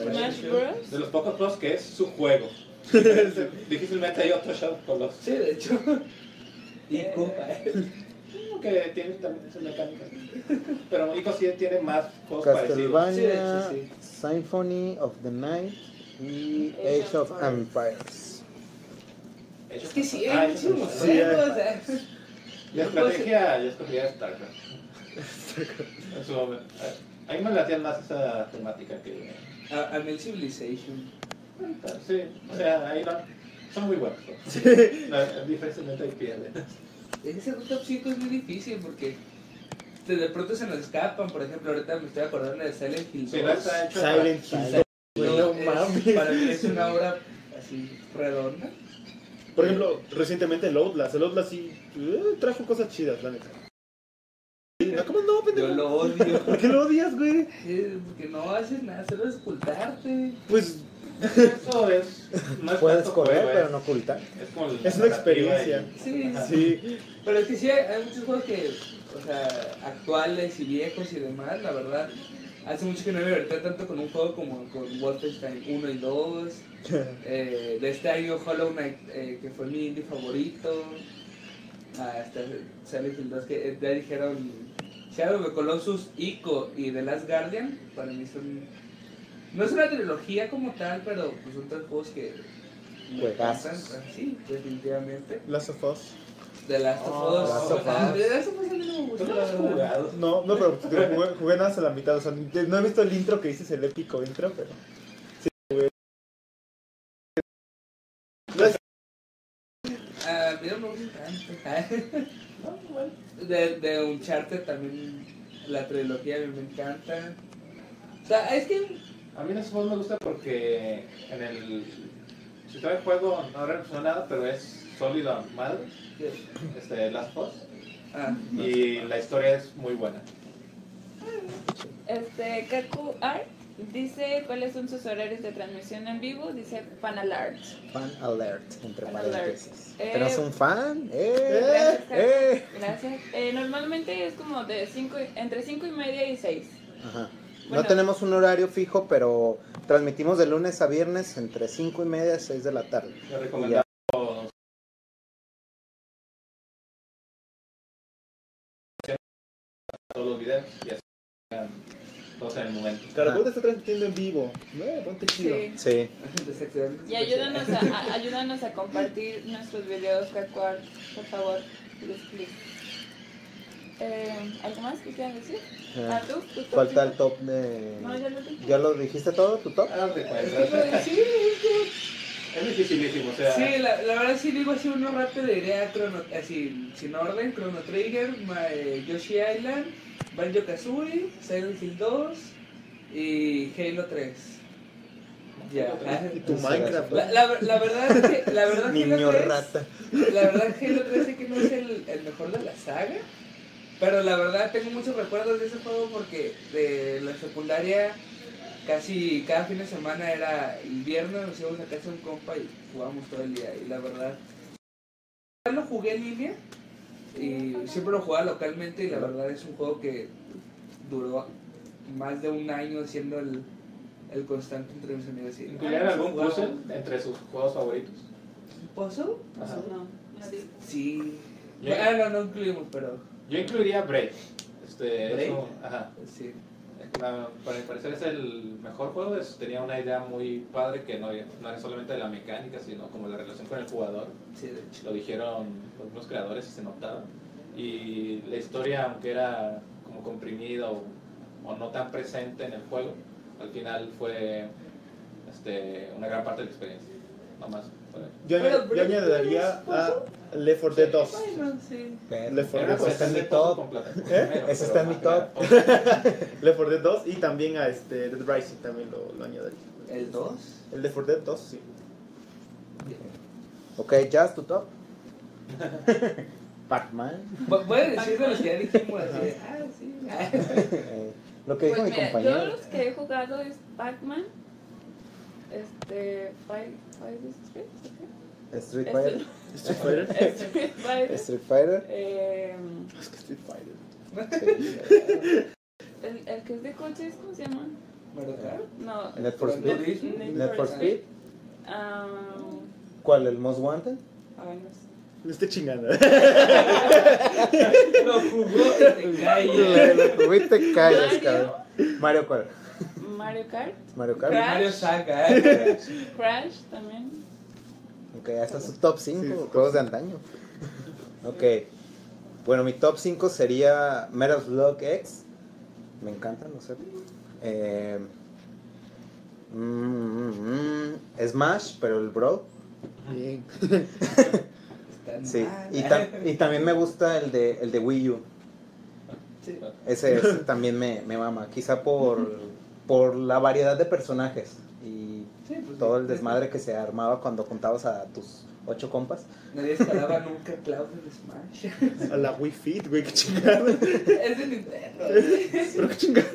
[SPEAKER 1] Smash Bros.
[SPEAKER 3] De los pocos juegos que es su juego. Difícilmente hay otro Shadow of Colossus.
[SPEAKER 5] Sí, de hecho. Y copa.
[SPEAKER 3] Que tiene también sus mecánicas. Pero Ico sí tiene más juegos parecidos.
[SPEAKER 2] Castlevania,
[SPEAKER 5] Sí, sí,
[SPEAKER 2] Symphony of the Night y Age of Empires.
[SPEAKER 3] Hechos-
[SPEAKER 5] Es que sí,
[SPEAKER 3] Ah,
[SPEAKER 5] hay
[SPEAKER 3] hechos
[SPEAKER 5] muchísimos
[SPEAKER 3] por-
[SPEAKER 4] sí,
[SPEAKER 5] juegos. o sea.
[SPEAKER 3] La estrategia, yo escogería StarCraft. En su momento. A a mí me latían más esa temática que.
[SPEAKER 5] A, a mí el Civilization.
[SPEAKER 3] Sí, o sea, ahí no. Son muy buenos. No, Difícilmente ahí pierden.
[SPEAKER 5] Ese top 5 es muy difícil porque de de pronto se nos escapan. Por ejemplo, ahorita me estoy acordando de Silent Hill 2.
[SPEAKER 3] Sí, no está hecho.
[SPEAKER 4] Silent Hill.
[SPEAKER 5] Pues No,
[SPEAKER 4] No
[SPEAKER 5] es-
[SPEAKER 4] mames.
[SPEAKER 5] Para mí es una obra así redonda.
[SPEAKER 4] Por ejemplo, recientemente el Outlast. El Outlast sí eh, trajo cosas chidas, la neta. Sí, No, ¿Cómo no,
[SPEAKER 5] Yo
[SPEAKER 4] pendejo?
[SPEAKER 5] lo odio.
[SPEAKER 4] ¿Por qué lo odias, güey?
[SPEAKER 5] eh, Porque no haces nada, solo es ocultarte.
[SPEAKER 4] Pues
[SPEAKER 3] Eso es. No es
[SPEAKER 2] Puedes
[SPEAKER 3] tanto
[SPEAKER 2] correr,
[SPEAKER 3] juego,
[SPEAKER 2] pero
[SPEAKER 3] es-
[SPEAKER 2] no ocultar.
[SPEAKER 3] Es, como la
[SPEAKER 4] Es una
[SPEAKER 3] narrativa
[SPEAKER 4] experiencia.
[SPEAKER 3] y-
[SPEAKER 5] Sí,
[SPEAKER 3] Ajá.
[SPEAKER 4] sí.
[SPEAKER 5] Pero es que sí, hay, hay muchos juegos que, o sea, actuales y viejos y demás, la verdad. Hace mucho que no me divertía tanto con un juego como con Wolfenstein 1 y 2. Eh, de este año Hollow Knight, eh, que fue mi indie favorito. Hasta Silent Hill 2, que eh, ya dijeron Shadow of the Colossus, Ico y The Last Guardian. Para mí son. No es una trilogía como tal, pero pues, son tres juegos que. me
[SPEAKER 2] Juegazos.
[SPEAKER 5] encantan. pues, Sí, definitivamente.
[SPEAKER 4] Last of Us.
[SPEAKER 5] De Last of
[SPEAKER 3] Oh,
[SPEAKER 5] Us.
[SPEAKER 2] Last of
[SPEAKER 5] Ah,
[SPEAKER 2] Us.
[SPEAKER 5] The Last of Us a mí Pues no me gusta,
[SPEAKER 3] ¿Tú no
[SPEAKER 5] la
[SPEAKER 3] lo has
[SPEAKER 5] verdad.
[SPEAKER 3] jugado?
[SPEAKER 4] No, no, pero jugué, jugué nada hasta la mitad. O sea, no he visto el intro que dices, el épico intro, pero.
[SPEAKER 5] Ah, a mí no me gusta tanto. Ah,
[SPEAKER 3] No, bueno.
[SPEAKER 5] De, de Uncharted también, la trilogía a mí me encanta. O sea, es que
[SPEAKER 3] A mí en esos juegos me gusta porque en el. Si todo el juego no revolucionó nada, pero es sólido a madre. Este, Last Post.
[SPEAKER 5] Ah,
[SPEAKER 3] Y la historia es muy buena.
[SPEAKER 1] Este, Kaku Art dice cuáles son sus horarios de transmisión en vivo. Dice Panalart.
[SPEAKER 2] Fan alert, entre
[SPEAKER 1] Fan alert.
[SPEAKER 2] paréntesis.
[SPEAKER 1] Eh.
[SPEAKER 2] Tenemos un fan. ¡Eh!
[SPEAKER 1] Gracias, Kaku.
[SPEAKER 2] ¡Eh!
[SPEAKER 1] Gracias. Eh, normalmente es como de cinco, y- entre 5 y media y 6.
[SPEAKER 2] Ajá.
[SPEAKER 1] Bueno.
[SPEAKER 2] No tenemos un horario fijo, pero transmitimos de lunes a viernes entre 5 y media y 6 de la tarde.
[SPEAKER 3] Le recomendamos todos los videos y así llegan todos en el momento.
[SPEAKER 4] Caracol te está transmitiendo en vivo. Eh, ponte chido.
[SPEAKER 1] Sí.
[SPEAKER 2] Sí.
[SPEAKER 5] desactivando.
[SPEAKER 1] Y ayúdanos a, a- ayúdanos a compartir nuestros videos, Kaku Art, por favor. Please, please. Eh, ¿Algo más que quieran decir?
[SPEAKER 2] Eh,
[SPEAKER 1] Ah, tú, tú, tú,
[SPEAKER 2] Falta
[SPEAKER 1] tú.
[SPEAKER 2] el top
[SPEAKER 1] No, ya
[SPEAKER 2] de...
[SPEAKER 1] lo dije.
[SPEAKER 2] ¿Ya lo dijiste todo, tu top?
[SPEAKER 3] Haz Ah, de
[SPEAKER 5] Es
[SPEAKER 3] cuenta.
[SPEAKER 5] que iba a decir,
[SPEAKER 3] Es dificilísimo, o sea,
[SPEAKER 5] Sí, la, la verdad sí digo así uno rápido, diría Chrono- así, sin orden, Chrono Trigger, Ma- eh, Yoshi Island, Banjo Kazooie, Silent Hill 2 y Halo 3. Ya. ah,
[SPEAKER 4] Y tu Minecraft.
[SPEAKER 5] La, la- la verdad es que la verdad Halo
[SPEAKER 2] Niño
[SPEAKER 5] 3,
[SPEAKER 2] rata.
[SPEAKER 5] la verdad Halo 3 sé que no es el, el mejor de la saga, pero la verdad tengo muchos recuerdos de ese juego porque de la secundaria casi cada fin de semana era el viernes nos íbamos a casa de un compa y jugábamos todo el día y la verdad ya lo jugué en línea y siempre lo jugaba localmente y la verdad es un juego que duró más de un año siendo el, el constante entre mis amigos y Ah,
[SPEAKER 3] ¿incluyeron algún puzzle entre sus juegos favoritos?
[SPEAKER 5] ¿Puzzle?
[SPEAKER 3] Ajá.
[SPEAKER 1] No, no digo.
[SPEAKER 5] Sí.
[SPEAKER 3] Yo-
[SPEAKER 5] Ah, no, no incluimos, pero
[SPEAKER 3] Yo incluiría Break. Este,
[SPEAKER 5] Braid.
[SPEAKER 3] eso, ajá.
[SPEAKER 5] sí.
[SPEAKER 3] La- para mi parecer es el mejor juego, es- tenía una idea muy padre que no, no era solamente de la mecánica, sino como la relación con el jugador.
[SPEAKER 5] Sí, de hecho.
[SPEAKER 3] Lo dijeron algunos creadores y se notaba. Y la historia, aunque era como comprimida o, o no tan presente en el juego, al final fue este, una gran parte de la experiencia. No más. por ahí.
[SPEAKER 4] Yo, aña-
[SPEAKER 5] Pero,
[SPEAKER 4] yo
[SPEAKER 5] pero,
[SPEAKER 4] añadiría
[SPEAKER 5] ¿pero
[SPEAKER 4] a Left 4 Dead 2.
[SPEAKER 5] Bueno, sí.
[SPEAKER 4] Le fue-
[SPEAKER 2] Pero,
[SPEAKER 3] Era
[SPEAKER 4] eso
[SPEAKER 2] está en mi
[SPEAKER 3] presente poco
[SPEAKER 2] top.
[SPEAKER 3] completo,
[SPEAKER 4] ¿Eh?
[SPEAKER 3] primero,
[SPEAKER 2] Ese
[SPEAKER 3] pero
[SPEAKER 2] está en mi
[SPEAKER 3] más que nada,
[SPEAKER 2] top.
[SPEAKER 3] poco.
[SPEAKER 4] Left 4 Dead 2 y también a este Dead Rising también lo, lo añadiría.
[SPEAKER 5] ¿El 2?
[SPEAKER 4] El Left 4 Dead 2, sí.
[SPEAKER 2] Ok, Jazz, tu top. Pac-Man.
[SPEAKER 5] Pueden decir de los que ya dijimos así. Ah, sí.
[SPEAKER 2] Eh, lo que
[SPEAKER 1] Pues
[SPEAKER 2] dijo mi
[SPEAKER 1] mira, yo
[SPEAKER 2] compañero.
[SPEAKER 1] los que he jugado es Pac-Man, este, Five, Five is Street, ¿ok?
[SPEAKER 2] Street Fighter.
[SPEAKER 4] Street Fighter.
[SPEAKER 1] Street Fighter,
[SPEAKER 2] Street Fighter.
[SPEAKER 1] em,
[SPEAKER 4] Es que Street Fighter.
[SPEAKER 1] el, el que es de coches, ¿cómo se llama?
[SPEAKER 5] ¿Verdad?
[SPEAKER 1] No,
[SPEAKER 2] Net for
[SPEAKER 5] Gran
[SPEAKER 2] Speed.
[SPEAKER 5] Turismo.
[SPEAKER 1] Net
[SPEAKER 2] Net for Speed.
[SPEAKER 1] ah,
[SPEAKER 2] ¿Cuál? ¿El Most Wanted?
[SPEAKER 1] ay, no sé.
[SPEAKER 4] No esté chingando.
[SPEAKER 5] Lo jugó y te cae.
[SPEAKER 2] Uy, te callas,
[SPEAKER 1] Mario.
[SPEAKER 2] cabrón. Mario, ¿cuál?
[SPEAKER 1] Mario
[SPEAKER 5] Y
[SPEAKER 2] Mario
[SPEAKER 1] Kart,
[SPEAKER 2] Kart.
[SPEAKER 1] Crash.
[SPEAKER 5] Mario saca, ¿eh?
[SPEAKER 1] Crash también.
[SPEAKER 2] Ok, hasta su top 5
[SPEAKER 4] Sí, su top
[SPEAKER 2] juegos de antaño. Ok. Bueno, mi top 5 sería Metal Slug X. Me encanta, no sé. Eh, mm, mm, mm, Smash, pero el Bro.
[SPEAKER 4] Bien.
[SPEAKER 5] Tan
[SPEAKER 2] Sí.
[SPEAKER 5] mal.
[SPEAKER 2] Y, tam- y también me gusta el de, el de Wii U.
[SPEAKER 5] Sí.
[SPEAKER 2] Ese, ese también me, me mama. Quizá por, por la variedad de personajes y
[SPEAKER 5] Sí, pues,
[SPEAKER 2] todo
[SPEAKER 5] sí.
[SPEAKER 2] el desmadre que se armaba cuando juntabas a tus ocho compas.
[SPEAKER 5] Nadie escalaba nunca Cloud en Smash.
[SPEAKER 4] A la Wii Fit, güey, qué chingada.
[SPEAKER 5] es de Nintendo.
[SPEAKER 4] Pero qué chingada.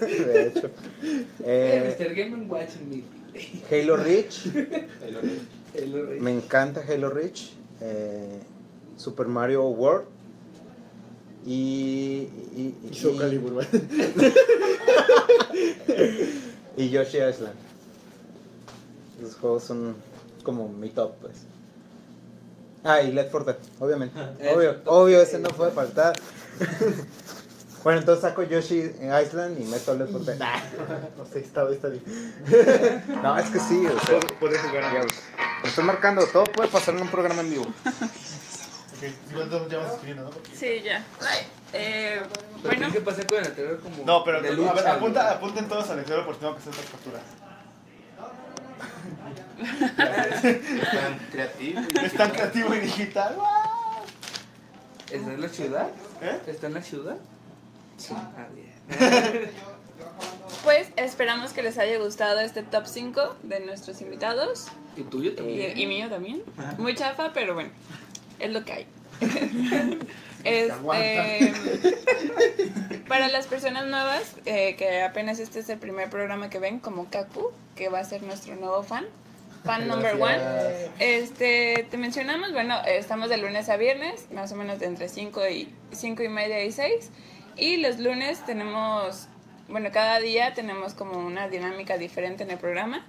[SPEAKER 2] De hecho. Eh,
[SPEAKER 5] Mr. Game and Watch me.
[SPEAKER 2] Halo Reach,
[SPEAKER 3] Ahí lo vi.
[SPEAKER 5] El rey.
[SPEAKER 2] me encanta Halo Reach, eh, Super Mario World y, y, y-
[SPEAKER 4] Y Show Calibur, güey.
[SPEAKER 2] y Yoshi Island. Los juegos son como mi top, pues. Ah, y Left 4 Dead, obviamente.
[SPEAKER 5] Es
[SPEAKER 2] Obvio,
[SPEAKER 5] un top
[SPEAKER 2] obvio,
[SPEAKER 5] que-
[SPEAKER 2] ese no puede faltar. bueno, entonces saco Yoshi Island y meto Left 4 Dead.
[SPEAKER 4] No sé, está, está difícil.
[SPEAKER 2] No, es que sí, o sea.
[SPEAKER 4] Puedes- Puedes jugar a
[SPEAKER 2] Diablos. Me estoy marcando, todo puede pasar en un programa en vivo.
[SPEAKER 4] ¿Cuánto ya vas escribiendo, no?
[SPEAKER 1] Sí, ya. Eh, bueno,
[SPEAKER 5] Bueno. ¿Qué pasa con el anterior como
[SPEAKER 4] No, pero
[SPEAKER 5] de
[SPEAKER 4] a ver,
[SPEAKER 5] lucha,
[SPEAKER 4] apunta, apunten todos al lector porque tengo que hacer otras capturas.
[SPEAKER 3] Tan creativo. y-
[SPEAKER 4] Es tan creativo y digital. ¡guau!
[SPEAKER 5] güey? ¿Está en la ciudad?
[SPEAKER 4] ¿Eh?
[SPEAKER 5] ¿Está en la ciudad? Sí. Ah, bien.
[SPEAKER 1] pues esperamos que les haya gustado este top 5 de nuestros invitados.
[SPEAKER 5] Y tuyo
[SPEAKER 1] Y,
[SPEAKER 5] también.
[SPEAKER 1] y mío también. Muy chafa, pero bueno, es lo que hay. Este,
[SPEAKER 4] aguanta.
[SPEAKER 1] para las personas nuevas, eh, que apenas este es el primer programa que ven, como Kaku, que va a ser nuestro nuevo fan, fan number one.
[SPEAKER 7] Gracias.
[SPEAKER 1] Este, te mencionamos, bueno, eh, estamos de lunes a viernes, más o menos de entre 5 y, 5 y media y 6. Y los lunes tenemos, bueno, cada día tenemos como una dinámica diferente en el programa.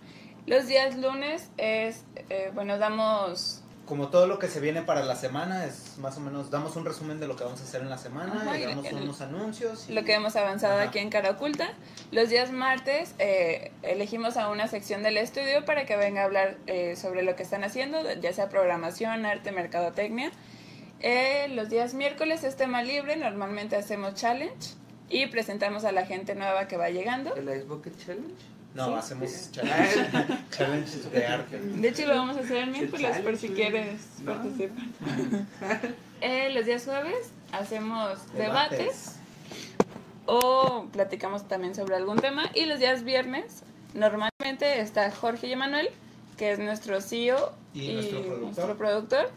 [SPEAKER 1] Los días lunes es, eh, bueno, damos
[SPEAKER 2] Como todo lo que se viene para la semana, es más o menos, damos un resumen de lo que vamos a hacer en la semana,
[SPEAKER 1] Ajá,
[SPEAKER 2] y
[SPEAKER 1] y
[SPEAKER 2] damos
[SPEAKER 1] el-
[SPEAKER 2] unos anuncios. y-
[SPEAKER 1] lo que hemos avanzado
[SPEAKER 2] Ajá.
[SPEAKER 1] aquí en Cara Oculta. Los días martes eh, elegimos a una sección del estudio para que venga a hablar eh, sobre lo que están haciendo, ya sea programación, arte, mercadotecnia. Eh, los días miércoles es tema libre, normalmente hacemos challenge y presentamos a la gente nueva que va llegando.
[SPEAKER 5] ¿El Ice Bucket Challenge?
[SPEAKER 2] No,
[SPEAKER 1] Sí.
[SPEAKER 2] hacemos challenge, challenges de arte.
[SPEAKER 1] De hecho, lo vamos a hacer el miércoles por si
[SPEAKER 5] challenge.
[SPEAKER 1] quieres
[SPEAKER 5] No.
[SPEAKER 1] participar. Eh, los días jueves hacemos debates. o platicamos también sobre algún tema. Y los días viernes, normalmente está Jorge y Emanuel, que es nuestro CEO
[SPEAKER 2] Y nuestro productor.
[SPEAKER 1] nuestro productor.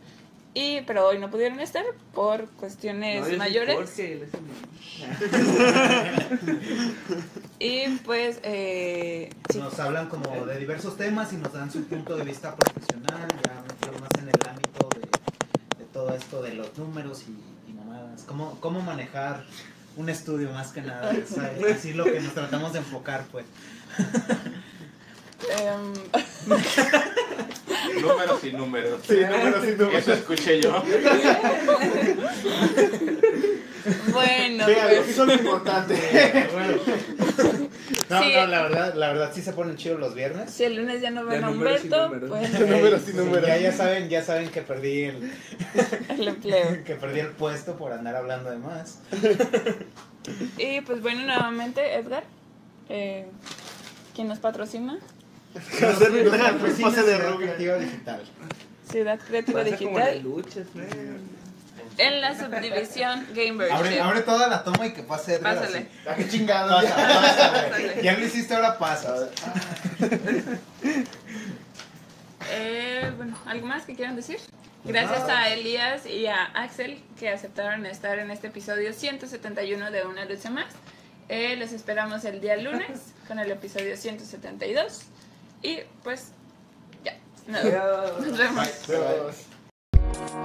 [SPEAKER 1] Y, pero hoy no pudieron estar por cuestiones
[SPEAKER 5] No, yo
[SPEAKER 1] mayores.
[SPEAKER 5] soy Jorge, él es el-
[SPEAKER 1] Y pues, eh, sí,
[SPEAKER 2] Nos hablan como de diversos temas y nos dan su punto de vista profesional, ya metido más en el ámbito de, de todo esto de los números y, y mamadas. Cómo, cómo manejar un estudio más que nada, es así lo que nos tratamos de enfocar, pues.
[SPEAKER 1] em,
[SPEAKER 3] Números y números.
[SPEAKER 4] Sí, no, bueno, sí, no,
[SPEAKER 3] Eso escuché yo.
[SPEAKER 1] bueno,
[SPEAKER 4] Vea,
[SPEAKER 1] pues,
[SPEAKER 4] lo que son lo importante.
[SPEAKER 2] No,
[SPEAKER 1] Sí.
[SPEAKER 2] no, la verdad, la verdad sí se ponen chidos los viernes.
[SPEAKER 1] si el lunes ya no ven
[SPEAKER 5] Ya
[SPEAKER 1] a
[SPEAKER 5] números y
[SPEAKER 1] Humberto,
[SPEAKER 5] números.
[SPEAKER 1] pues
[SPEAKER 4] Números y
[SPEAKER 2] Sí,
[SPEAKER 4] números.
[SPEAKER 2] Ya, ya saben, ya saben que perdí el,
[SPEAKER 1] el empleo.
[SPEAKER 2] que perdí el puesto por andar hablando de más.
[SPEAKER 1] Y pues bueno, nuevamente, Edgar, eh, quien nos patrocina,
[SPEAKER 4] Hacer mi plan, pues,
[SPEAKER 2] Patrocina
[SPEAKER 4] pase de
[SPEAKER 2] Ciudad
[SPEAKER 4] rubia.
[SPEAKER 2] Creativa digital.
[SPEAKER 1] Ciudad
[SPEAKER 5] Va
[SPEAKER 1] Creativa
[SPEAKER 5] a ser como las
[SPEAKER 1] Digital,
[SPEAKER 5] luchas, man.
[SPEAKER 1] en la subdivisión Gamer.
[SPEAKER 2] Abre, abre toda la toma y que pase Edgar
[SPEAKER 1] Pásale.
[SPEAKER 2] así.
[SPEAKER 4] Ah, qué chingado.
[SPEAKER 2] Pasa, pasa, güey.
[SPEAKER 1] Pásale.
[SPEAKER 2] Ya lo hiciste, ahora pasa.
[SPEAKER 1] Eh, bueno, ¿algo más que quieran decir? Gracias
[SPEAKER 2] Pues nada.
[SPEAKER 1] a Elías y a Axel que aceptaron estar en este episodio 171 de Una Lucha Más. Eh, los esperamos el día lunes con el episodio 172. Y pues, ya. No, nos vemos.
[SPEAKER 4] Pero-